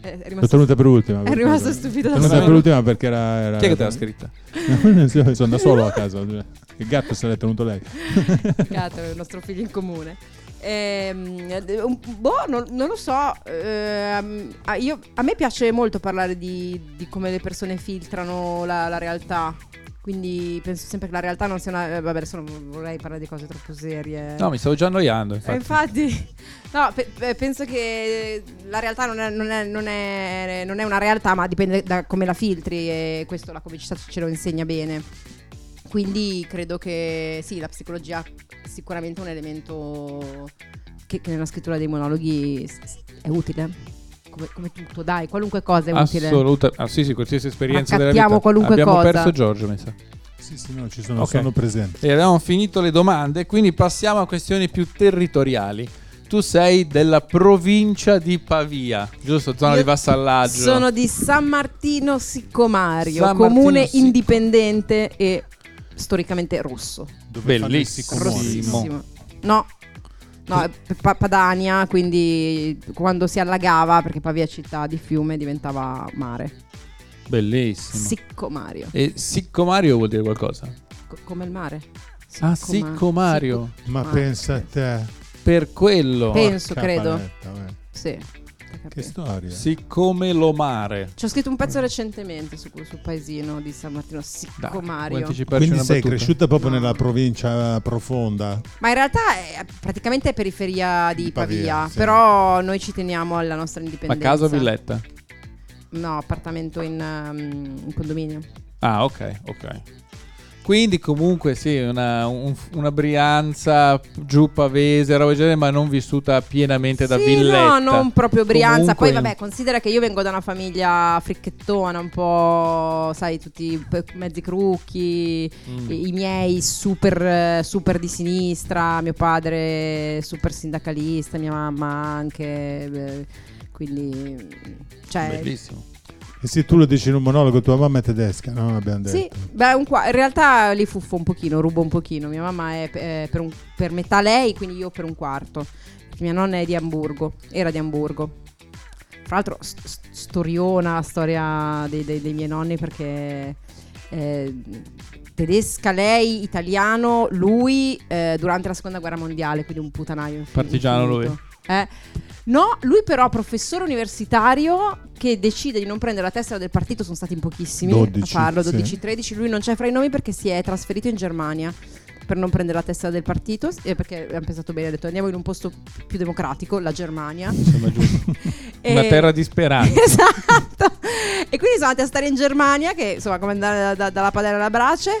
Eh, È Sono rimasto, tenuta per ultima. è rimasto stupito da Sono tenuta per solo. ultima perché era... era Chi è che te l'ha scritta? Sì, Sono da solo a casa. Il gatto se l'è tenuto lei. Peccato, è il nostro figlio in comune. Ehm, d- un- boh, non, non lo so. ehm, a- io- a me piace molto parlare di, di come le persone filtrano la, la realtà. Quindi penso sempre che la realtà non sia una. eh, Vabbè, adesso non vorrei parlare di cose troppo serie. No, mi stavo già annoiando. Eh, Infatti. Infatti, no, pe- pe- penso che la realtà non è, non è- non è- non è una realtà, ma dipende da come la filtri e questo la comicità ce lo insegna bene. Quindi credo che sì, la psicologia è sicuramente un elemento che, che nella scrittura dei monologhi s- s- è utile. Come, come tutto, dai, qualunque cosa è utile. Assoluta. Ah, sì, sì, qualsiasi esperienza della Accattiamo vita. qualunque abbiamo cosa. perso Giorgio, mi sa. Sì, sì, no, ci sono, Ok. sono presente. E abbiamo finito le domande, quindi passiamo a questioni più territoriali. Tu sei della provincia di Pavia, giusto? Zona Io di vassallaggio. Sono di San Martino Siccomario, San Martino comune Sicco- indipendente e storicamente rosso. Dove fanno i Bellissimo. sicomori, no? Rossissimo. No, No, è Pa- Padania, quindi quando si allagava, perché Pavia è città di fiume, diventava mare. Bellissimo. Sicco Mario, E Siccomario vuol dire qualcosa? co- come il mare. ah, Sicco- Siccomario. Sicco- Ma Mario. pensa a te. Per quello. Penso, Porca credo. paletta, eh. Sì. capito. Che storia. Siccome lo mare. Ci ho scritto un pezzo recentemente su questo paesino di San Martino, Sicco Dai, vuoi Mario. anticiparci Quindi una sei battuta? cresciuta proprio No. nella provincia eh, profonda. Ma in realtà è praticamente è periferia di, Di Pavia, Pavia, sì. però noi ci teniamo alla nostra Ma indipendenza. casa o villetta? No, appartamento in, um, in condominio. Ah, ok, ok. Quindi comunque sì, una, un- una Brianza giù pavese, roba del genere, ma non vissuta pienamente da sì, villetta. no, non proprio Brianza. Comunque- Poi vabbè, considera che io vengo da una famiglia fricchettona, un po', sai, tutti i pe- mezzi crucchi, Mm. i i miei super, eh, super di sinistra, mio padre super sindacalista, mia mamma anche, eh, quindi... Cioè, Bellissimo. E se tu lo dici in un monologo, tua mamma è tedesca, no? Abbiamo detto. Sì, beh, un qua- in realtà li fuffo un pochino, rubo un pochino. Mia mamma è eh, per, un- per metà lei, quindi io per un quarto. Perché Mia nonna è di Amburgo, era di Amburgo. Fra l'altro, st- st- storiona la storia dei, dei- dei miei nonni perché eh, tedesca lei, italiano, lui eh, durante la seconda guerra mondiale, quindi un putanaio. infin- Partigiano lui. infinito. Eh, No, lui però professore universitario che decide di non prendere la tessera del partito, sono stati in pochissimi 12, a farlo, sì. 12-13, lui non c'è fra i nomi perché si è trasferito in Germania per non prendere la tessera del partito, eh, perché hanno pensato bene, ha detto andiamo in un posto più democratico, la Germania. Insomma, giusto. Una E- terra disperata. Eh, Esatto. E quindi sono andati a stare in Germania, che insomma come andare da- da- dalla padella alla brace.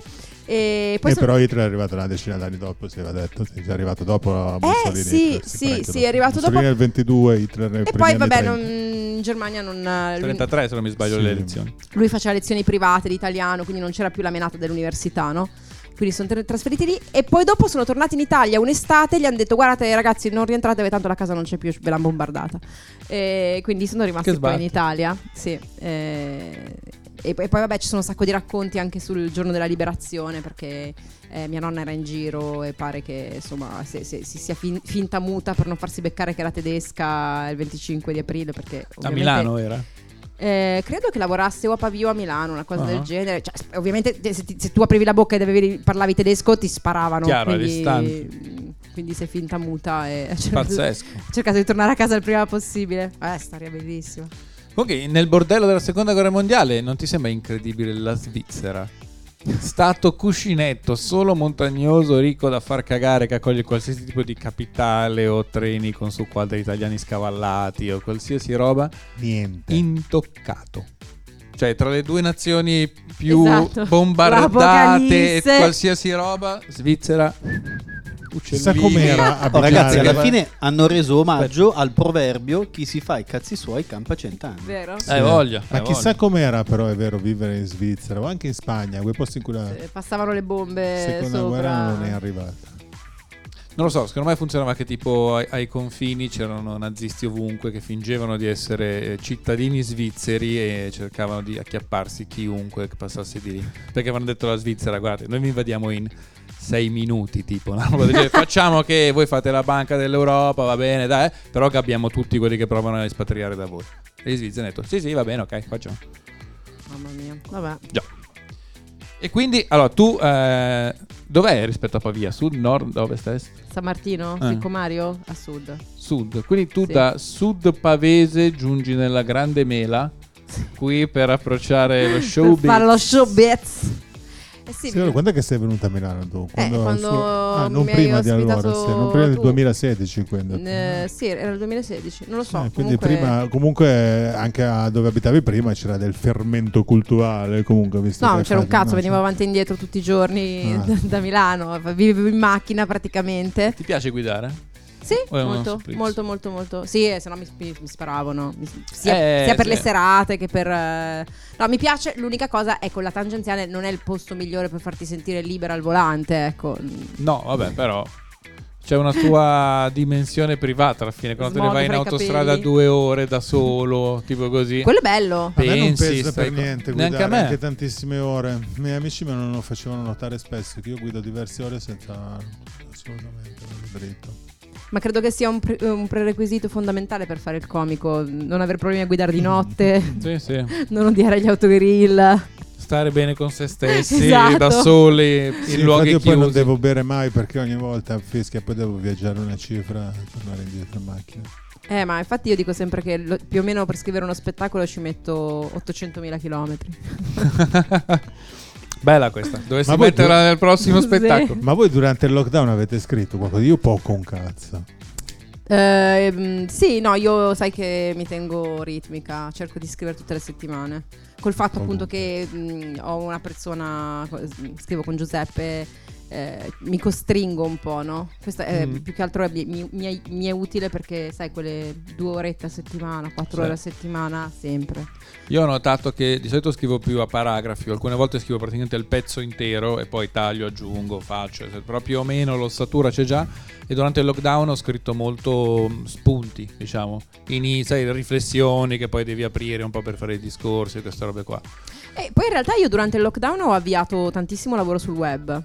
E poi e sono- Eh, però Hitler è arrivato una decina d'anni dopo, si era detto, sì, è arrivato dopo Mussolini. Eh, sì, Hitler, sì, sicuramente sì, dopo. è arrivato Mussolini dopo. nel 22, Hitler nel e poi vabbè, non- in Germania non... eh, lui- 33 se non mi sbaglio Sì. le elezioni. lui faceva lezioni private di italiano, quindi non c'era più la menata dell'università, no? Quindi sono tr- trasferiti lì e poi dopo sono tornati in Italia un'estate e gli hanno detto guardate ragazzi non rientrate perché tanto la casa non c'è più, ve l'hanno bombardata. E quindi sono Che rimasti poi in sbatti. Italia, sì. eh, E poi, e poi, vabbè ci sono un sacco di racconti anche sul giorno della liberazione perché eh, mia nonna era in giro e pare che insomma se- se- si sia fin- finta muta per non farsi beccare che era tedesca il 25 di aprile perché... A ovviamente- Milano era. eh, credo che lavorasse o a Pavia o a Milano, una cosa Ah. del genere. Cioè, sp- ovviamente, te- se, ti- se tu aprivi la bocca e dovevi- parlavi tedesco, ti sparavano. Chiaro, alle quindi, quindi sei finta muta e ho cercato, ho Pazzesco. cercato di tornare a casa il prima possibile. Eh, storia bellissima. Ok, nel bordello della seconda guerra mondiale non ti sembra incredibile la Svizzera? Stato cuscinetto, solo montagnoso, ricco da far cagare, che accoglie qualsiasi tipo di capitale o treni con su quadri italiani scavallati o qualsiasi roba, Niente. intoccato. Cioè, tra le due nazioni più Esatto. bombardate e L'apocalisse. qualsiasi roba, Svizzera, Chissà uccellini. com'era Ah, Oh, abitare- ragazzi, alla Perché- fine hanno reso omaggio al proverbio chi si fa i cazzi suoi campa cent'anni. Vero? Eh, voglia. Ma eh, chissà voglia. com'era però, è vero, vivere in Svizzera o anche in Spagna, quei posti in cui la Passavano le bombe seconda Eh, sopra. guerra non è arrivata. Non lo so, secondo me funzionava che tipo ai, ai confini c'erano nazisti ovunque che fingevano di essere eh, cittadini svizzeri e cercavano di acchiapparsi chiunque che passasse di lì. Perché avevano detto alla Svizzera, guardate, noi vi invadiamo in sei minuti, tipo, una roba del genere. facciamo che voi fate la banca dell'Europa, va bene, dai, però che abbiamo tutti quelli che provano a espatriare da voi. E gli svizzeri hanno detto, sì sì, va bene, ok, facciamo. Mamma mia. Vabbè. E quindi, allora, tu eh, dov'è rispetto a Pavia? Sud, nord, ovest, est? San Martino, Eh. Sicco Mario, a sud. Sud, quindi tu Sì. da sud pavese giungi nella grande mela qui per approcciare lo Per showbiz. fare lo showbiz. Eh sì, Eh, Signora, quando è che sei venuta a Milano tu? quando Ah, non mi prima hai di allora, ospitato sì, non prima del tu. 2016 quindi. Eh, sì, era il 2016, non lo so. Eh, quindi comunque- prima, comunque anche a dove abitavi prima c'era del fermento culturale comunque visto No, che non c'era un fate- cazzo, no, venivo c'è- avanti e indietro tutti i giorni Ah. da, da Milano, vivevo in macchina praticamente. Ti piace guidare? Sì, O è una molto, surprise? molto, molto, molto. Sì, eh, se no mi, mi, mi sparavano. Mi- sia, Eh, sia per sì. le serate che per... eh, No, mi piace, l'unica cosa è con la tangenziale non è il posto migliore per farti sentire libera al volante, ecco. No, vabbè, però c'è una sua dimensione privata alla fine, quando te ne Smog vai in fra i autostrada capelli. due ore da solo, tipo così. Quello è bello. a me non Pensi, pesa stai per co- niente Neanche guidare a me. anche tantissime ore. I miei amici me lo facevano notare spesso che io guido diverse ore senza assolutamente non dritto. Ma credo che sia un, pre- un prerequisito fondamentale per fare il comico. Non avere problemi a guidare di notte, Sì, sì. non odiare gli autogrill. Stare bene con se stessi, Esatto. da soli, in Sì, infatti luoghi io poi non chiusi. devo bere mai perché ogni volta fischia poi devo viaggiare una cifra e tornare indietro in macchina. Eh, ma infatti io dico sempre che lo- più o meno per scrivere uno spettacolo ci metto 800.000 chilometri. Bella questa. Dovresti Ma voi metterla due- nel prossimo Sì. spettacolo. Ma voi durante il lockdown avete scritto qualcosa? Io poco un cazzo. Eh, mm, sì, no, io sai che mi tengo ritmica, cerco di scrivere tutte le settimane. Col fatto appunto che mm, ho una persona, co- s- scrivo con Giuseppe, eh, mi costringo un po', no? Questa è, Mm. più che altro mi, mi- mi è, mi è utile perché sai quelle due orette a settimana, quattro Sì. ore a settimana, sempre. Io ho notato che di solito scrivo più a paragrafi, alcune volte scrivo praticamente il pezzo intero e poi taglio, aggiungo, faccio, se proprio o meno l'ossatura c'è già e durante il lockdown ho scritto molto mh, spunti, diciamo, Ini- sai, riflessioni che poi devi aprire un po' per fare i discorsi, queste robe qua. E poi in realtà io durante il lockdown ho avviato tantissimo lavoro sul web.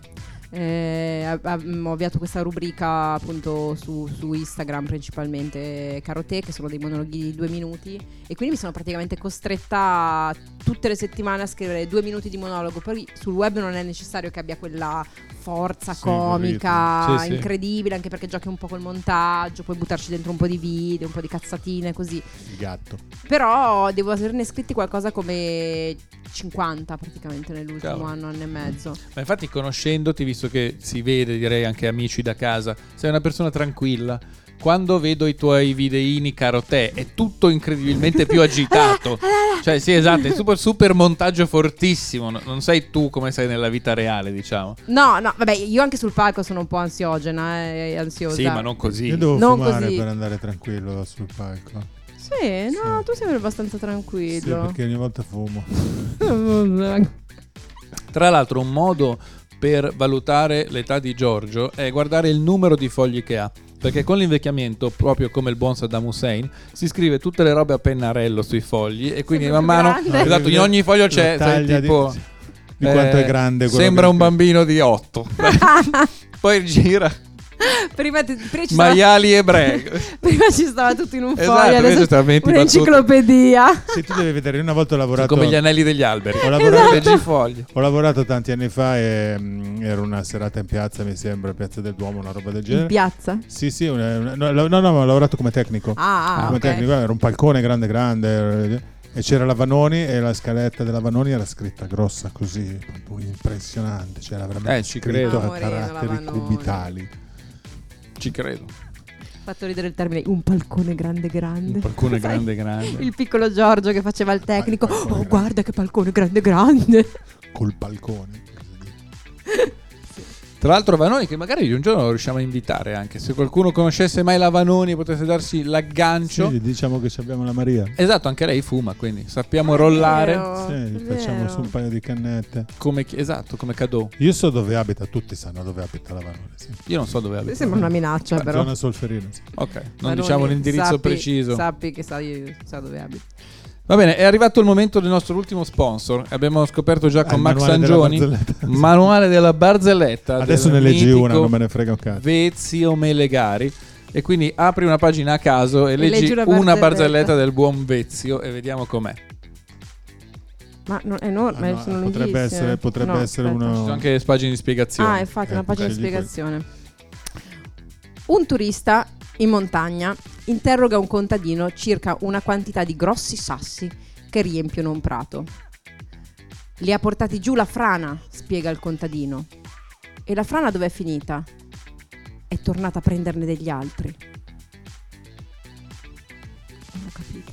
Eh, a- a- mh, ho avviato questa rubrica appunto su, su Instagram principalmente Caro te che sono dei monologhi di due minuti e quindi mi sono praticamente costretta tutte le settimane a scrivere due minuti di monologo poi sul web non è necessario che abbia quella forza Sì, comica capito. Sì, sì. incredibile anche perché giochi un po' col montaggio puoi buttarci dentro un po' di video un po' di cazzatine così Il gatto. però devo averne scritti qualcosa come 50 praticamente nell'ultimo Cavolo. anno, anno e mezzo. Ma infatti conoscendoti, visto che si vede direi anche amici da casa, sei una persona tranquilla. Quando vedo i tuoi videini, caro te, è tutto incredibilmente più agitato. Ah, Cioè, sì, esatto, è super, super montaggio fortissimo. no- Non sei tu come sei nella vita reale, diciamo. No, no, vabbè, io anche sul palco sono un po' ansiogena, eh, ansiosa. Sì, ma non Io così. devo Non fumare così. per andare tranquillo sul palco. Sì, no, Sì. tu sembri abbastanza Sì, tranquillo. perché ogni volta fumo. Tra l'altro, un modo per valutare l'età di Giorgio è guardare il numero di fogli che ha. Perché con l'invecchiamento, proprio come il buon Saddam Hussein, si scrive tutte le robe a pennarello sui fogli e quindi Sempre man più mano... grande. No, Esatto, in ogni foglio c'è... La sai, taglia di- tipo... di quanto Eh, è grande quello Sembra che- un bambino di 8. Poi gira prima, ti- prima ci stava, maiali ebrei. prima ci stava tutto in un Esatto, foglio, adesso invece sta 20 un'enciclopedia. Se tu devi vedere, io una volta ho lavorato. Come gli anelli degli alberi. Esatto. Ho lavorato- Leggi il foglio. Ho lavorato tanti anni fa e mm, era una serata in piazza, mi sembra, Piazza del Duomo, una roba del In genere. piazza. Sì, sì, una- una- no, no, no, ma ho lavorato come tecnico. Ah, ah, come ok. tecnico, era un palcone grande, grande. eh, E c'era la Vanoni e la scaletta della Vanoni era scritta grossa così, proprio impressionante. C'era veramente Eh, ci scritto credo. a Amorino, la caratteri Vanoni. cubitali. Ci credo. Fatto ridere il termine un palcone grande grande. Un palcone Sai, grande grande. Il piccolo Giorgio che faceva il tecnico. il palcone Oh, grande." guarda che palcone grande grande. Col balcone. Tra l'altro Vanoni che magari un giorno lo riusciamo a invitare anche. Se qualcuno conoscesse mai la Vanoni e potesse darsi l'aggancio. Sì, diciamo che ci abbiamo la Maria. Eh, Esatto, anche lei fuma, quindi sappiamo rollare oh, Sì, facciamo su un paio di cannette. come esatto, come cadeau. Io so dove abita, tutti sanno dove abita la Vanoni. Sì. Io non so dove abita. Sembra una minaccia, però. Zona Solferino. sì. Ok, non Maroni, diciamo l'indirizzo sappi- preciso. Sappi che sa, io- sa dove abito. Va bene, è arrivato il momento del nostro ultimo sponsor. Abbiamo scoperto già Ah, con il Max manuale della Sangioni. barzelletta. Manuale della barzelletta. Adesso del ne leggi mitico una, non me ne frega un cazzo. Vezio Melegari. E quindi apri una pagina a caso e, leggi, leggi una una, barzelletta. barzelletta del buon Vezio e vediamo com'è. Ci Ma eh, no, è enorme, Ah, no, sono potrebbe lunghissime. essere- potrebbe essere aspetta. uno- sono anche le pagine di spiegazione. Ah, infatti, una Eh, pagina di scegli quello. spiegazione. Un turista in montagna interroga un contadino circa una quantità di grossi sassi che riempiono un prato. Li ha portati giù la frana, spiega il contadino. E la frana dov'è finita? È tornata a prenderne degli altri. Non ho capito.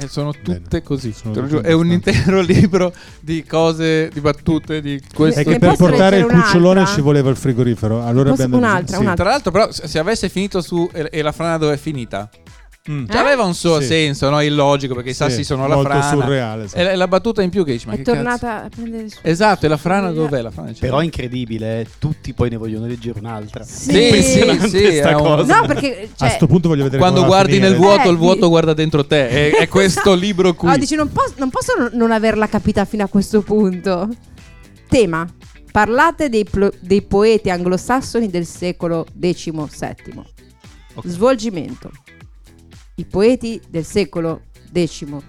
E sono tutte Bene. così. Sono te lo tutte giuro. È un abbastanza. intero libro di cose, di battute, di questo. È Ne che posso per portare il leggere cucciolone un'altra? ci voleva il frigorifero. Allora Posso- abbiamo un'altra, sì. Tra l'altro, però, se se avesse finito su e e la frana dove è finita, Eh? Mm. Cioè, aveva un suo Sì. senso, no? Illogico, perché i sassi Sì, sono alla molto frana. Eh, surreale. sì. È la, è la battuta in più che dici, ma è che tornata cazzo? a prendere il suo. Esatto, e la frana dov'è? La frana c'è. Però è incredibile, eh, tutti poi ne vogliono leggere un'altra. Sì. sì, sì, Impressionante sì, sta è un- cosa. No, perché a cioè, sto punto voglio vedere Quando come va a guardi nel finire. vuoto, Eh, il vuoto sì. guarda dentro te. È, è questo libro qui. No, dici, non posso, non posso non averla capita fino a questo punto. Tema. Parlate dei, plo- dei poeti anglosassoni del secolo XVII. Ok. Svolgimento. I poeti del secolo XVII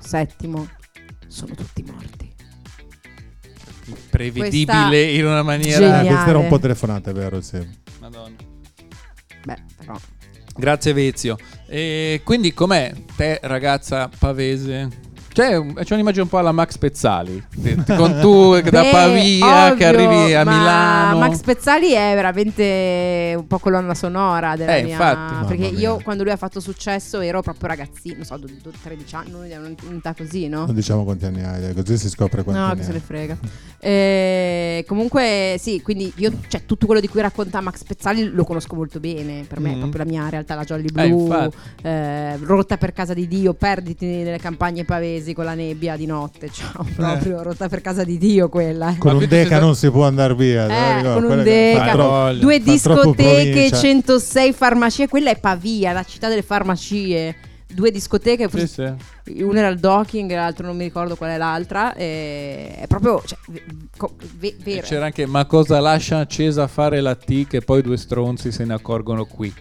sono tutti morti. Prevedibile Questa- in una maniera... Geniale. questa era Eh, un po' telefonata, vero? Sì. Madonna. Beh, però. Grazie Vezio. E quindi com'è te ragazza pavese? Cioè, un- c'è un'immagine un po' alla Max Pezzali, te- te- con tu che da Beh, Pavia che ovvio, arrivi a ma Milano. Max Pezzali è veramente un po' colonna sonora della Eh, mia. infatti. Mamma Perché io mia. quando lui ha fatto successo ero proprio ragazzino, non so, do- do- 13 anni, non- un'età così, no? Non diciamo quanti anni hai, dai, così si scopre quanti No, anni che se hai. ne frega. Eh, comunque, sì, quindi io, cioè, tutto quello di cui racconta Max Pezzali lo conosco molto bene. Per me Mm. è proprio la mia realtà, la Jolly Eh, Blue, infatti. eh, rotta per casa di Dio, perditi nelle campagne pavesi con la nebbia di notte. Ciao, Eh. proprio rotta per casa di Dio quella. eh. Con Ma un quindi deca se- non si può andare via. te lo Eh, ricordo, con un quella che- deca. fa troppo- Voglia. Due fa troppo discoteche, provincia. 106 farmacie. Quella è Pavia, la città delle farmacie. Due discoteche, Sì, forse sì. una era il docking, l'altro non mi ricordo qual è l'altra. e è proprio cioè, ve- co- ve- E vero. c'era anche ma cosa lascia accesa fare la T che poi due stronzi se ne accorgono qui.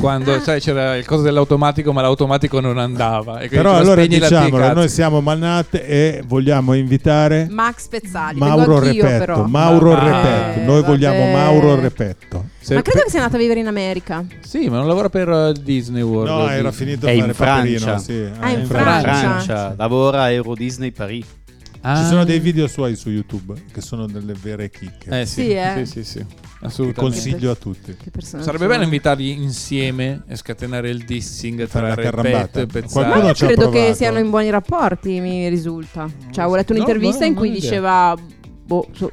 Quando Ah. sai, c'era il coso dell'automatico, ma l'automatico non andava. E quindi Però diceva, allora "Spegni la T, diciamolo, cazzo". noi siamo Manat e vogliamo invitare Max Pezzali, Mauro vengo anch'io Repetto. però. Mauro Ma- Repetto, Eh, noi vogliamo vabbè. Mauro Repetto. Se- Ma credo che sia andata a vivere in America. Sì, ma non lavora per eh, Disney World. No, era Disney. finito È a in fare Paperino, Francia. sì. eh, Ah, in Francia, Francia. lavora a Euro Disney Paris. Ah. Ci sono dei video suoi su YouTube che sono delle vere chicche. Eh sì, Sì, eh. sì, sì, sì. che Assolutamente. consiglio a tutti. Che personaggio. Sarebbe bello invitarli insieme e scatenare il dissing Fare tra la Repetto carrambata. e Ma Pezzali. Qualcuno- io ci ha credo che provato. siano in buoni rapporti, mi risulta. Cioè, avevo letto No, un'intervista no, in non cui ho idea. diceva. Boh, so-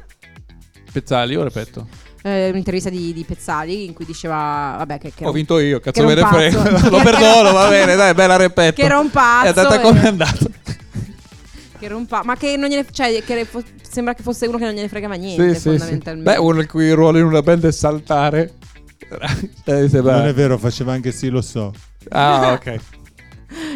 Pezzali o Repetto? eh, un'intervista di, di Pezzali in cui diceva. Vabbè, che, che Ho era un- vinto io, che cazzo era me un ne frega. pazzo. Lo perdono, va bene, dai, bella Repetto. che era un pazzo. È andata e- come è andata. che era un pa- ma che non gliene. Cioè, che fo- sembra che fosse uno che non gliene fregava niente, fondamentalmente. Beh, uno il cui ruolo in una band è saltare. Eh, se va. Non è vero, faceva anche sì, lo so. Ah, ok.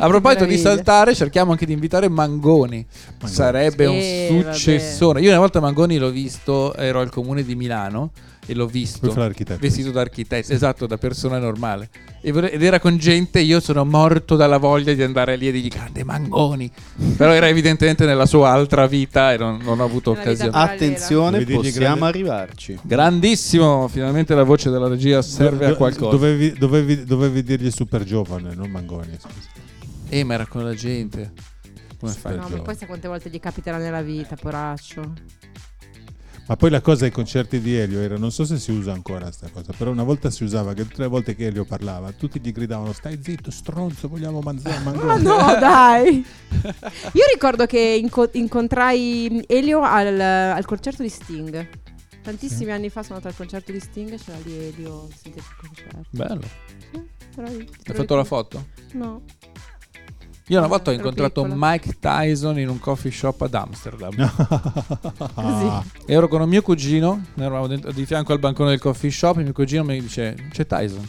A proposito di meraviglia. saltare, cerchiamo anche di invitare Mangoni. Mangoni. Sarebbe Sì, un vabbè. successore. Io una volta Mangoni l'ho visto, ero al comune di Milano e l'ho visto Poi fa l'architetto. vestito da architetto, esatto, da persona normale. E vole- Ed era con gente, io sono morto dalla voglia di andare lì e dirgli grande Mangoni. Però era evidentemente nella sua altra vita e non, non ho avuto Nella vita occasione. Parallelo. Attenzione, Devi dirgli possiamo grande- arrivarci. Grandissimo, finalmente la voce della regia serve Do- a qualcosa. Dovevi, dovevi- dovevi dirgli super giovane, non Mangoni. scusa. Eh, ma era con la gente. Come Sì. fai? No, ma poi sa quante volte gli capiterà nella vita, poraccio. Ma poi la cosa ai concerti di Elio era, non so se si usa ancora questa cosa, però una volta si usava che tutte le volte che Elio parlava, tutti gli gridavano stai zitto, stronzo, vogliamo Ah, mangiare Ma Mangoni. no, dai! Io ricordo che inco- incontrai Elio al, al concerto di Sting. Tantissimi anni fa sono andata al concerto di Sting, c'era lì Elio, sentite il concerto. Bello. Sì, era lì. Hai fatto la foto? No. Io una volta ho Ero incontrato piccola. Mike Tyson in un coffee shop ad Amsterdam. Ah, Ero con un mio cugino, noi eravamo dentro- di fianco al bancone del coffee shop. Il mio cugino mi dice: C'è Tyson?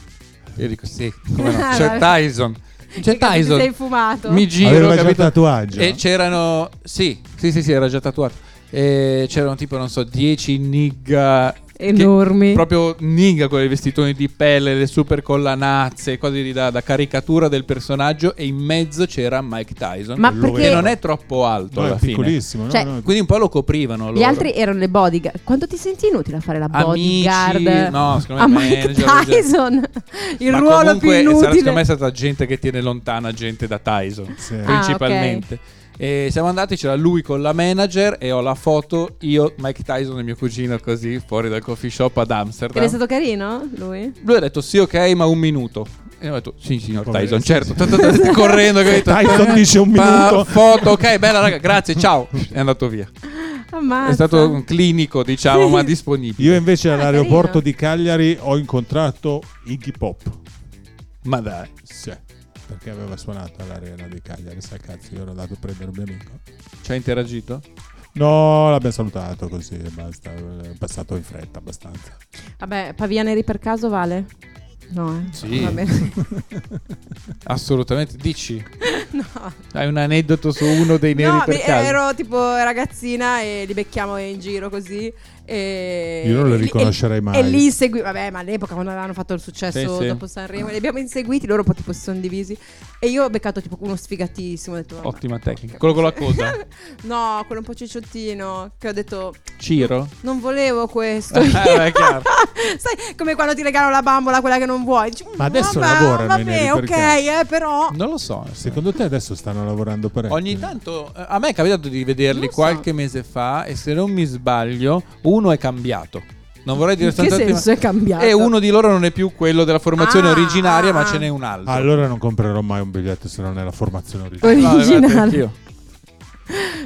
Io dico: Sì, come no? Ah, C'è vabbè. Tyson. C'è Perché ti sei Tyson. fumato. Mi giro, Aveva già il capito? tatuaggio. E c'erano. Sì, sì, sì, sì, era già tatuato. E c'erano tipo, non so, 10 nigga. che- Enormi. Proprio nigga con i vestitoni di pelle, le super collanazze, cose di da, da caricatura del personaggio. E in mezzo c'era Mike Tyson. Ma Lo che perché vedo. non è troppo alto No, è alla fine. piccolissimo. no, Cioè, no, Quindi un po' lo coprivano. gli loro. altri erano le bodyguard. Quanto ti senti inutile a fare la Amici, bodyguard? no, secondo me a Mike manager, cose- Tyson. Il Ma ruolo più comunque sarà- inutile. secondo me è stata gente che tiene lontana gente da Tyson. sì. Ah, principalmente. E siamo andati, c'era lui con la manager e ho la foto, io, Mike Tyson e mio cugino così fuori dal coffee shop ad Ed Amsterdam. è stato carino lui? Lui ha detto sì ok ma un minuto. E io ho detto sì signor Vabbè, Tyson, sì, certo, correndo. che ho detto, Tyson dice un "Pa- minuto. Foto, ok, bella raga, grazie, ciao. È andato via. Ammazza. È stato un clinico diciamo, ma disponibile. Io invece Ah, all'aeroporto carino. di Cagliari ho incontrato Iggy Pop. Ma dai. Sì. Perché aveva suonato all'arena di Cagliari, sai cazzo, io ero andato a prendere un mio amico. Ci ha interagito? No, l'abbiamo salutato così, basta, è passato in fretta abbastanza. Vabbè, Pavia Neri per caso vale? No, eh. Sì. Va bene. Assolutamente, dici. No. Hai un aneddoto su uno dei neri No, per mi- caso? ero tipo ragazzina e li becchiamo in giro così. E Io non li e- riconoscerei e- mai. E li insegui. Vabbè, ma all'epoca quando avevano fatto il successo Sì, sì. dopo Sanremo, li abbiamo inseguiti, loro poi tipo si sono divisi. E io ho beccato tipo uno sfigatissimo. Ho detto, "Mamma, Ottima tecnica. Quello porca con la miseria." coda? no, quello un po' cicciottino. Che ho detto, Ciro? non volevo questo. Eh, beh, è chiaro. Sai, come quando ti regalano la bambola, quella che non vuoi. Dici, Ma adesso vabbè, lavorano i neri Vabbè, per ok, caso. eh, però. Non lo so. Secondo te adesso stanno lavorando Mm. parecchio? Ogni tanto eh, a me è capitato di vederli Non lo so. qualche mese fa e se non mi sbaglio uno è cambiato. Non vorrei dire In che soltanto senso è cambiato? E uno di loro non è più quello della formazione Ah. originaria, ma ce n'è un altro. Allora non comprerò mai un biglietto se non è la formazione originale. No, guarda, originale. anch'io.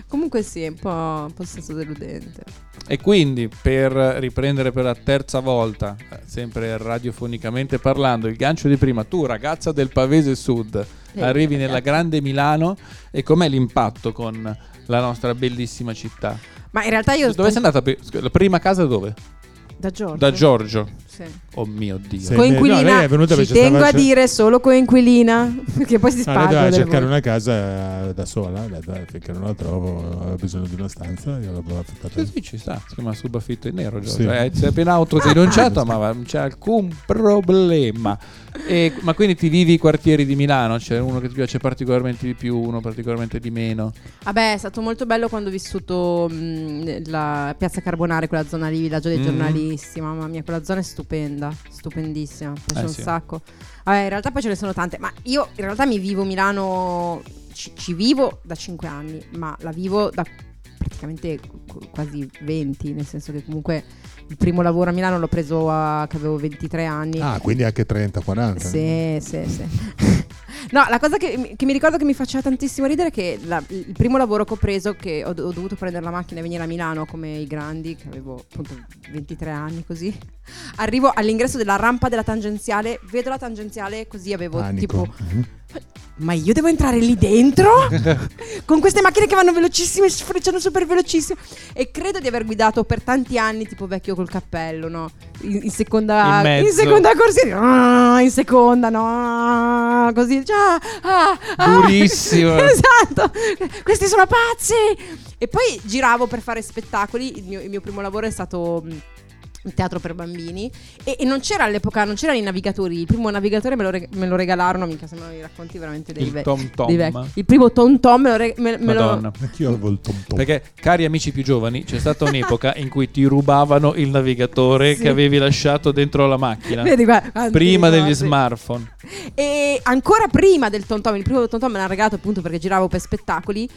Comunque sì, è un po', un po' senso deludente. E quindi per riprendere per la terza volta, eh, sempre radiofonicamente parlando, il gancio di prima, tu ragazza del Pavese Sud, Lei, arrivi ragazza. nella grande Milano e com'è l'impatto con la nostra bellissima città? Ma in realtà io Dove sei andata? per- scusa, La prima casa dove? da Giorgio. Da Giorgio. Sì. Oh mio Dio. Sì. Coinquilina, No, lei è venuta ci perché stava tengo a cer- dire solo coinquilina, perché poi Ah, si lei spargono. doveva le cercare voci. una casa eh, da sola, ha detto, "Eh, finché non la trovo, aveva bisogno di una stanza, io l'avevo affittata. Sì, sì, ci sta. Si chiama subaffitto in nero. Giorgio. Sì. Eh, si è appena autodenunciato, ma va- non c'è alcun problema. E- ma quindi ti vivi i quartieri di Milano? C'è uno che ti piace particolarmente di più, uno particolarmente di meno. Vabbè, è stato molto bello quando ho vissuto mh, nella Piazza Carbonare, quella zona lì, villaggio dei Mhm. giornalisti. Mamma mia, quella zona è stupenda, stupendissima, mi piace Eh, un sì. sacco. Vabbè, in realtà poi ce ne sono tante, ma io in realtà mi vivo Milano, ci, ci vivo da 5 anni, ma la vivo da praticamente qu- quasi 20, nel senso che comunque il primo lavoro a Milano l'ho preso a, che avevo 23 anni. Ah, quindi anche 30-40. Sì, sì, sì. No, la cosa che, che mi ricordo che mi faceva tantissimo ridere è che la- il primo lavoro che ho preso, che ho, ho dovuto prendere la macchina e venire a Milano come i grandi, che avevo appunto 23 anni così, arrivo all'ingresso della rampa della tangenziale, vedo la tangenziale così avevo Panico. tipo, Mhm. ma io devo entrare lì dentro? Con queste macchine che vanno velocissime, sfrecciano super velocissime. E credo di aver guidato per tanti anni tipo vecchio col cappello, no? In, in seconda... In mezzo. seconda corsia. ah, In seconda, no? Così, già. ah, ah. Durissimo. esatto. Questi sono pazzi. E poi giravo per fare spettacoli. Il mio, il mio primo lavoro è stato... mh, un teatro per bambini e, e non c'era all'epoca non c'erano i navigatori il primo navigatore me lo, reg- me lo regalarono mica se i racconti veramente dei Il vecchi Tom Tom. dei vecchi. Il primo Tom Tom me lo. re- me- me lo- Madonna. Anch'io avevo il tom tom. Perché, cari amici più giovani, c'è stata un'epoca in cui ti rubavano il navigatore Sì. che avevi lasciato dentro la macchina. Vedi qua, quanti Prima degli ricordi. smartphone. E ancora prima del Tom Tom, il primo Tom Tom me l'ha regalato appunto perché giravo per spettacoli.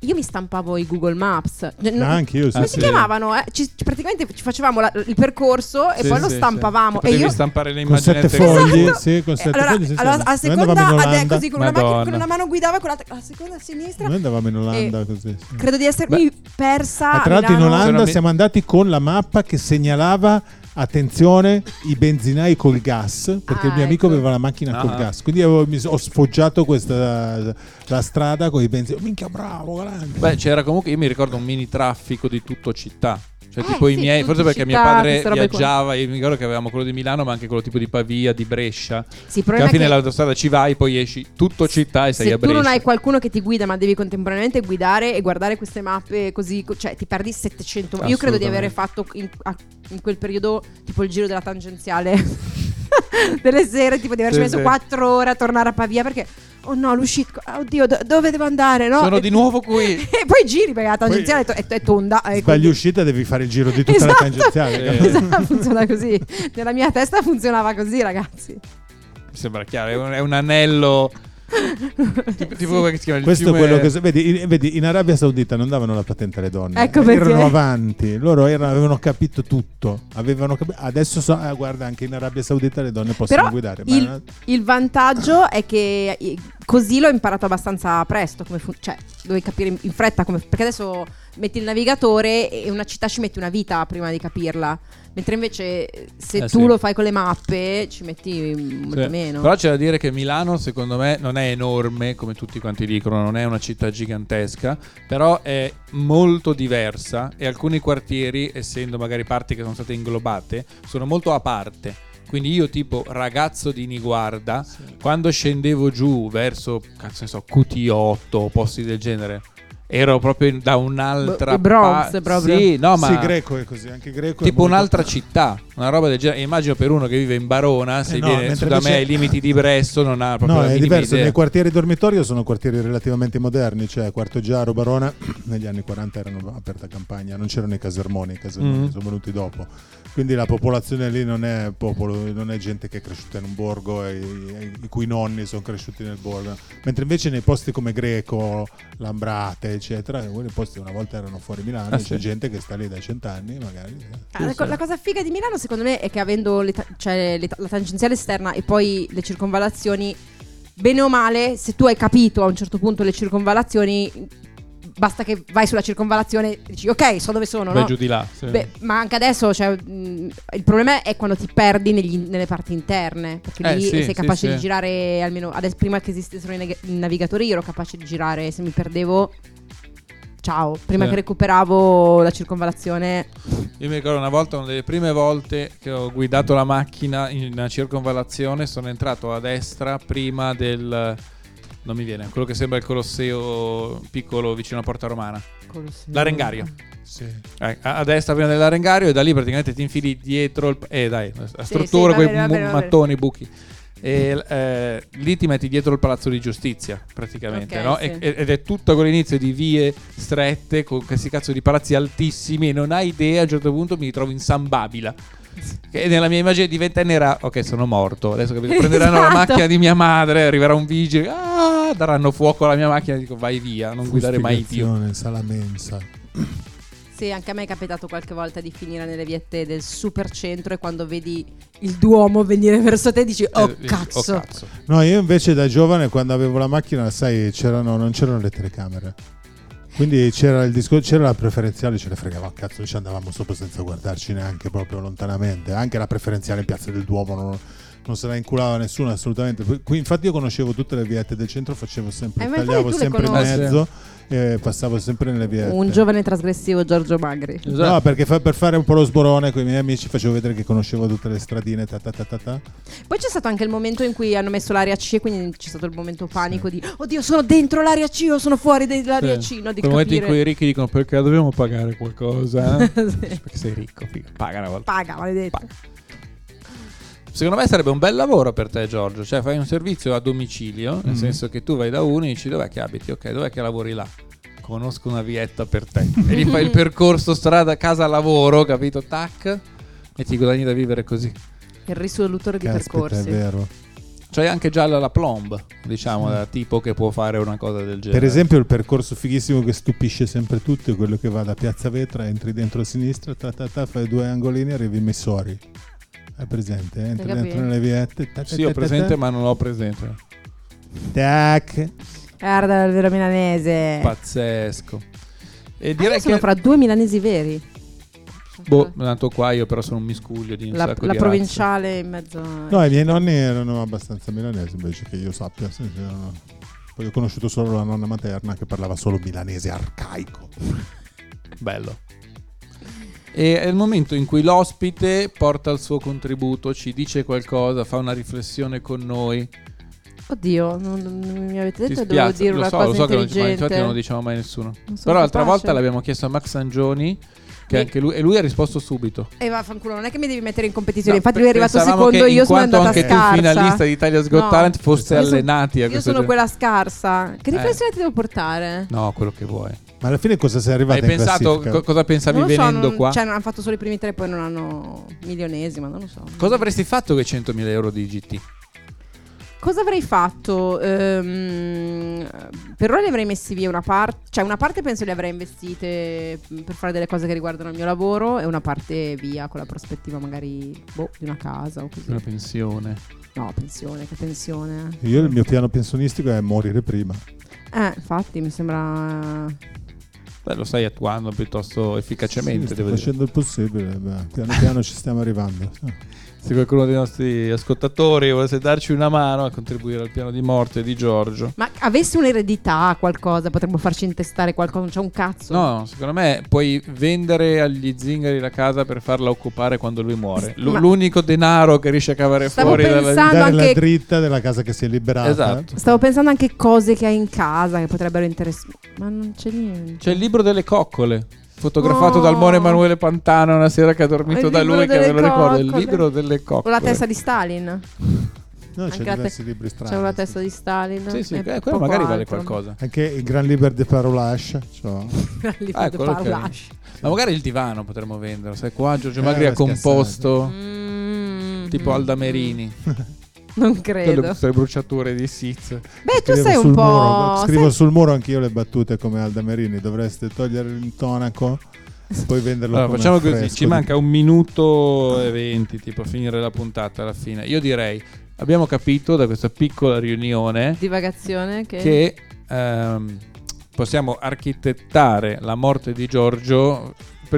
Io mi stampavo i Google Maps. Cioè, no- No, anche io Ah, sì, Come sì. si chiamavano? eh? Ci- ci- praticamente ci facevamo la- il percorso e Sì, poi lo sì, sì. stampavamo. Ti E potevi io. stampare le Con immagini sette al fogli, telefono. Esatto. sì, con Eh, sette allora, fogli. sì, sì. allora, a Noi seconda andavamo in a de- Olanda. così con una, Madonna. macchina, con una mano guidavo e con l'altra a seconda a sinistra. Noi andavamo in Olanda Eh. così. sì. Credo di essermi persa. Ma a tra l'altro in Milano. Sono Olanda ami- siamo andati con la mappa che segnalava attenzione i benzinai col gas perché Ah, il mio amico ecco. aveva la macchina col Ah. gas quindi avevo- mi so- ho sfoggiato questa la strada con i benzinai minchia bravo grande Beh, c'era comunque, io mi ricordo un mini traffico di tutto città. Cioè, Eh, tipo i sì, miei, tutto forse perché mio città, padre queste robe qua. viaggiava, io mi ricordo che avevamo quello di Milano, ma anche quello tipo di Pavia, di Brescia. Sì, il Che alla problema è fine che l'autostrada ci vai, poi esci tutto città e sei se a tu Brescia. non hai qualcuno che ti guida, ma devi contemporaneamente guidare e guardare queste mappe così, co- cioè ti perdi 700. Io credo di avere fatto in, a- in quel periodo tipo il giro della tangenziale delle sere, tipo di averci Sì, messo sì. 4 ore a tornare a Pavia perché, oh no, l'uscita, oh, oddio, do- dove devo andare? No? Sono e, di nuovo qui. e poi giri perché la tangenziale è, to- è- è tonda. e sbagli quindi- uscita devi fare il giro di tutta la Ah, ecco. Esatto. tangenziale Eh. Esatto, funziona così. Nella mia testa funzionava così, ragazzi. Mi sembra chiaro, è un, è un anello. Tipo, tipo come si chiama il questo fiume- è quello che so- vedi, in- vedi, in Arabia Saudita non davano la patente alle donne Ecco perché. erano avanti loro erano- avevano capito tutto avevano capi- adesso so- ah, guarda anche in Arabia Saudita le donne possono Però guidare ma il, il vantaggio è che eh, così l'ho imparato abbastanza presto, come fun- cioè dovevi capire in- in fretta come... Perché adesso metti il navigatore e una città ci metti una vita prima di capirla, mentre invece eh, se Eh, tu sì. lo fai con le mappe ci metti mm, molto Sì. meno. Però c'è da dire che Milano, secondo me, non è enorme come tutti quanti dicono, non è una città gigantesca, però è molto diversa e alcuni quartieri, essendo magari parti che sono state inglobate, sono molto a parte. Quindi io tipo ragazzo di Niguarda, quando scendevo giù verso, cazzo ne so, QT8 o posti del genere, ero proprio in- da un'altra B- Bronx, proprio. Sì, no, ma Sì, greco è così, anche greco. è tipo molto- un'altra città, una roba del genere. E Immagino per uno che vive in Barona, se Eh no, viene su mentre da me invece- ai limiti di Bresso, non ha proprio No, la è minima diverso. idea. Nei quartieri dormitorio sono quartieri relativamente moderni, cioè Quarto Giaro, Barona, negli anni 40 erano aperta campagna, non c'erano i casermoni, i casermoni Mm. sono venuti dopo. Quindi la popolazione lì non è popolo, non è gente che è cresciuta in un borgo e, e i cui nonni sono cresciuti nel borgo. Mentre invece nei posti come Greco, Lambrate, eccetera, quei posti una volta erano fuori Milano, Ah, c'è sì. gente che sta lì da cent'anni, magari. eh. Ah, La, co- la cosa figa di Milano, secondo me, è che avendo le ta- cioè, le ta- la tangenziale esterna e poi le circonvallazioni, bene o male, se tu hai capito a un certo punto le circonvallazioni, basta che vai sulla circonvallazione e dici ok, so dove sono. Vai no? giù di là. sì. Beh, ma anche adesso cioè, mh, il problema è quando ti perdi negli- nelle parti interne, perché Eh, lì sì, sì, sei capace sì. di girare, almeno adesso, prima che esistessero i, neg- i navigatori, io ero capace di girare, se mi perdevo... Ciao, prima Sì. che recuperavo la circonvallazione Io mi ricordo una volta, una delle prime volte che ho guidato la macchina in una circonvallazione, sono entrato a destra prima del... Non mi viene, quello che sembra il Colosseo piccolo vicino a Porta Romana. L'arengario. Sì. Eh, A a destra prima dell'arengario e da lì praticamente ti infili dietro il... Eh dai, la struttura, sì, va quei bene, va bene, mu- va bene. mattoni, buchi. E, eh, lì ti metti dietro il palazzo di giustizia praticamente Ok, no? sì. E- ed è tutto quell'inizio di vie strette con questi cazzo di palazzi altissimi e non hai idea a un certo punto mi ritrovo in San Babila che nella mia immagine di ventenne era ok sono morto adesso capito? prenderanno la Esatto. macchina di mia madre arriverà un vigile ah, daranno fuoco alla mia macchina e dico vai via non guidare mai più Fustigazione, Salamensa. Sì, anche a me è capitato qualche volta di finire nelle viette del supercentro e quando vedi il Duomo venire verso te dici Eh, oh dici, cazzo. oh cazzo No, io invece da giovane quando avevo la macchina, sai, c'erano, non c'erano le telecamere. Quindi c'era il discorso, c'era la preferenziale, ce ne fregava un cazzo, ci andavamo sopra senza guardarci neanche proprio lontanamente. Anche la preferenziale in Piazza del Duomo non, non se la inculava nessuno assolutamente. Per cui, infatti io conoscevo tutte le viette del centro, facevo sempre, Eh, ma infatti tagliavo tu le sempre in conosci. mezzo e passavo sempre nelle viette. Un giovane trasgressivo Giorgio Magri. No, perché fa- per fare un po' lo sborone con i miei amici facevo vedere che conoscevo tutte le stradine, ta ta ta ta ta. Poi c'è stato anche il momento in cui hanno messo l'area C, quindi c'è stato il momento panico di oddio sono dentro l'area C o sono fuori dell'area C, no, di Quel momento in cui i capire. ricchi dicono perché dobbiamo pagare qualcosa? Sì. Perché sei ricco, figa. paga una volta. Paga, maledetto. Paga. Secondo me sarebbe un bel lavoro per te, Giorgio. Cioè, fai un servizio a domicilio, nel Mm. senso che tu vai da uno e dici dov'è che abiti, ok, dov'è che lavori là? Conosco una vietta per te. e gli fai il percorso strada casa lavoro, capito? Tac. E ti guadagni da vivere così. Il risolutore di Caspita, è percorsi. vero. C'hai anche già la, la plomb, diciamo, da tipo che può fare una cosa del genere. Per esempio, il percorso fighissimo che stupisce sempre tutti è quello che va da Piazza Vetra, entri dentro a sinistra, ta ta ta, fai due angolini e arrivi in Missori. Hai presente? eh? Entri Hai capito? dentro nelle viette. Tac, Sì, ho tac, tac, presente, tac, ma non l'ho presente. Tac. Guarda il vero milanese. Pazzesco. E Ah, io direi sono che fra due milanesi veri. Boh, nato qua io però sono un miscuglio di un Eh. la, sacco la di razze. provinciale in mezzo. No, i miei nonni erano abbastanza milanesi, invece che io sappia. sì, sì, erano- Poi ho conosciuto solo la nonna materna che parlava solo milanese arcaico. Bello. E è il momento in cui l'ospite porta il suo contributo, ci dice qualcosa, fa una riflessione con noi. Oddio, non, non mi avete Ti detto che dovevo spiace, dire lo una so, cosa lo so che non, ci- ma intelligente. infatti non lo diciamo mai a nessuno. Non sono Però l'altra capace. volta l'abbiamo chiesto a Max Sangioni, che Mi- anche lui, e lui ha risposto subito. E Eh, vaffanculo, non è che mi devi mettere in competizione. No, Infatti, pe- lui è arrivato pensavamo secondo, che in io sono quanto andata anche scarsa. tu finalista di Italia's Got No. Talent fosse Io sono- allenati a io questo sono genere. quella scarsa. Che Eh. riflessione ti devo portare? No, quello che vuoi. Ma alla fine cosa sei Hai arrivata in pensato classifica? co- cosa pensavi non lo so, venendo non- qua? Cioè, non hanno fatto solo i primi tre, poi non hanno milionesima, non lo so. Cosa avresti fatto che 100.000 euro di GT? Cosa avrei fatto? Ehm, per ora li avrei messi via una parte, cioè una parte penso li avrei investite mh, per fare delle cose che riguardano il mio lavoro e una parte via con la prospettiva magari boh, di una casa o così. Una pensione. No, pensione, che pensione. eh. Io il mio piano pensionistico è morire prima. Eh, infatti mi sembra Beh, lo stai attuando piuttosto efficacemente, Sì, sto devo dire. facendo il possibile, beh, piano piano ci stiamo arrivando. Se qualcuno dei nostri ascoltatori volesse darci una mano a contribuire al piano di morte di Giorgio. Ma avessi un'eredità, qualcosa, potremmo farci intestare qualcosa, non c'è un cazzo. No, secondo me puoi vendere agli zingari la casa per farla occupare quando lui muore. L- Ma- L'unico denaro che riesce a cavare Stavo fuori dalla... pensando- Dare la anche- dritta della casa che si è liberata. eh? Esatto. Stavo pensando anche cose che hai in casa che potrebbero interessare. Ma non c'è niente. C'è il libro delle coccole, fotografato No. dal buon Emanuele Pantano una sera che ha dormito Oh. Il da libro lui, che ve lo delle ricordo. Il coccole. libro delle O coccole. la testa di Stalin. No, c'è Anche la te- diversi libri strani. C'è la testa di Stalin. Sì, sì, e eh, poco quello magari vale altro. qualcosa. Anche il Gran Liber de Parolascia. Cioè. Lì Ah, vedo quello è parla. Ma magari il divano potremmo venderlo. Sai qua Giorgio Eh, Magri ha scherzate. composto Mm, tipo mm, Aldamerini. Non Quelle credo. queste bruciature di Siz. Beh, tu Scrivo sei sul un po'. muro, sai- scrivo sul muro anch'io le battute come Alda Merini. Dovreste togliere il tonaco e poi venderlo Allora, come facciamo così, affresco ci di- manca un minuto e venti, tipo a finire la puntata alla fine. Io direi, abbiamo capito da questa piccola riunione divagazione che. che ehm, possiamo architettare la morte di Giorgio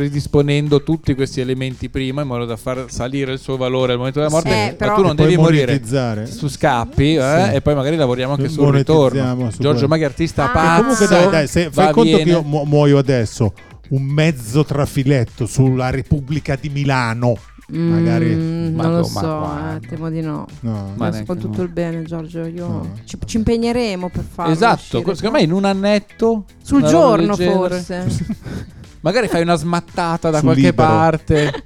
predisponendo tutti questi elementi prima in modo da far salire il suo valore al momento della morte. Sì. Eh, ma però- tu E non poi devi morire monetizzare. su scappi eh, Sì. e poi magari lavoriamo anche Noi sul ritorno. monetizziamo su Giorgio quello. Maghi artista Ah. pazzo. Che Comunque, dai, dai, se va fai conto viene. che io mu- muoio adesso. Un mezzo trafiletto sulla Repubblica di Milano. Mm, magari- Ma non lo no, ma so, quando? eh, temo di no. No, Ma Ma neanche con tutto no. il bene, Giorgio. Io No. ci, ci impegneremo per farlo. Esatto, uscire. que- secondo me in un annetto Sul una roba del giorno, genere. forse. Magari fai una smattata da Sul qualche libero. parte.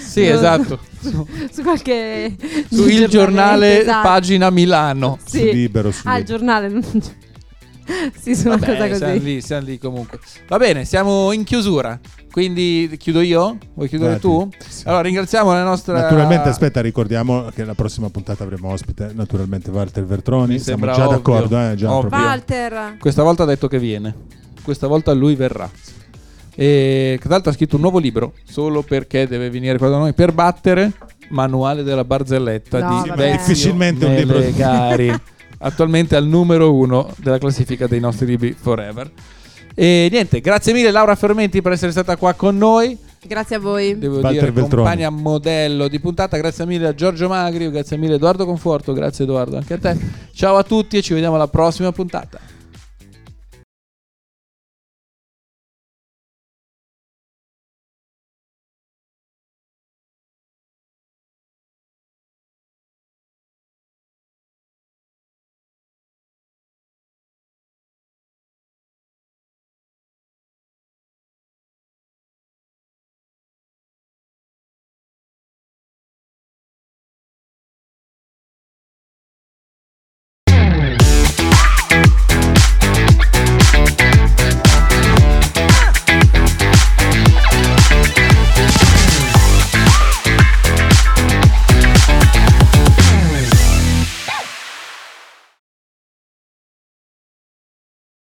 Sì, Sul- esatto. Su, Su qualche. su il giornale esatto. pagina Milano. su Sì. libero. Su Ah, il libero. giornale. sì, su una cosa Vabbè, così. siamo lì, siamo lì comunque. Va bene, siamo in chiusura. Quindi chiudo io? Vuoi chiudere Guardi, tu? sì. Allora ringraziamo la nostra Naturalmente, aspetta, ricordiamo che la prossima puntata avremo ospite, naturalmente Walter Vertroni. Mi Siamo sembra già ovvio. d'accordo, eh, già Ovvio. proprio. Walter. Questa volta ha detto che viene. Questa volta lui verrà. E tra l'altro ha scritto un nuovo libro solo perché deve venire qua da noi per battere Manuale della barzelletta No, di vabbè. Vezio Difficilmente un libro. Melegari, attualmente al numero uno della classifica dei nostri libri Forever. E niente, grazie mille Laura Fermenti per essere stata qua con noi. Grazie a voi. Devo Walter dire Veltroni. compagna modello di puntata. Grazie mille a Giorgio Magri, grazie mille a Edoardo Conforto, grazie Edoardo anche a te. Ciao a tutti e ci vediamo alla prossima puntata.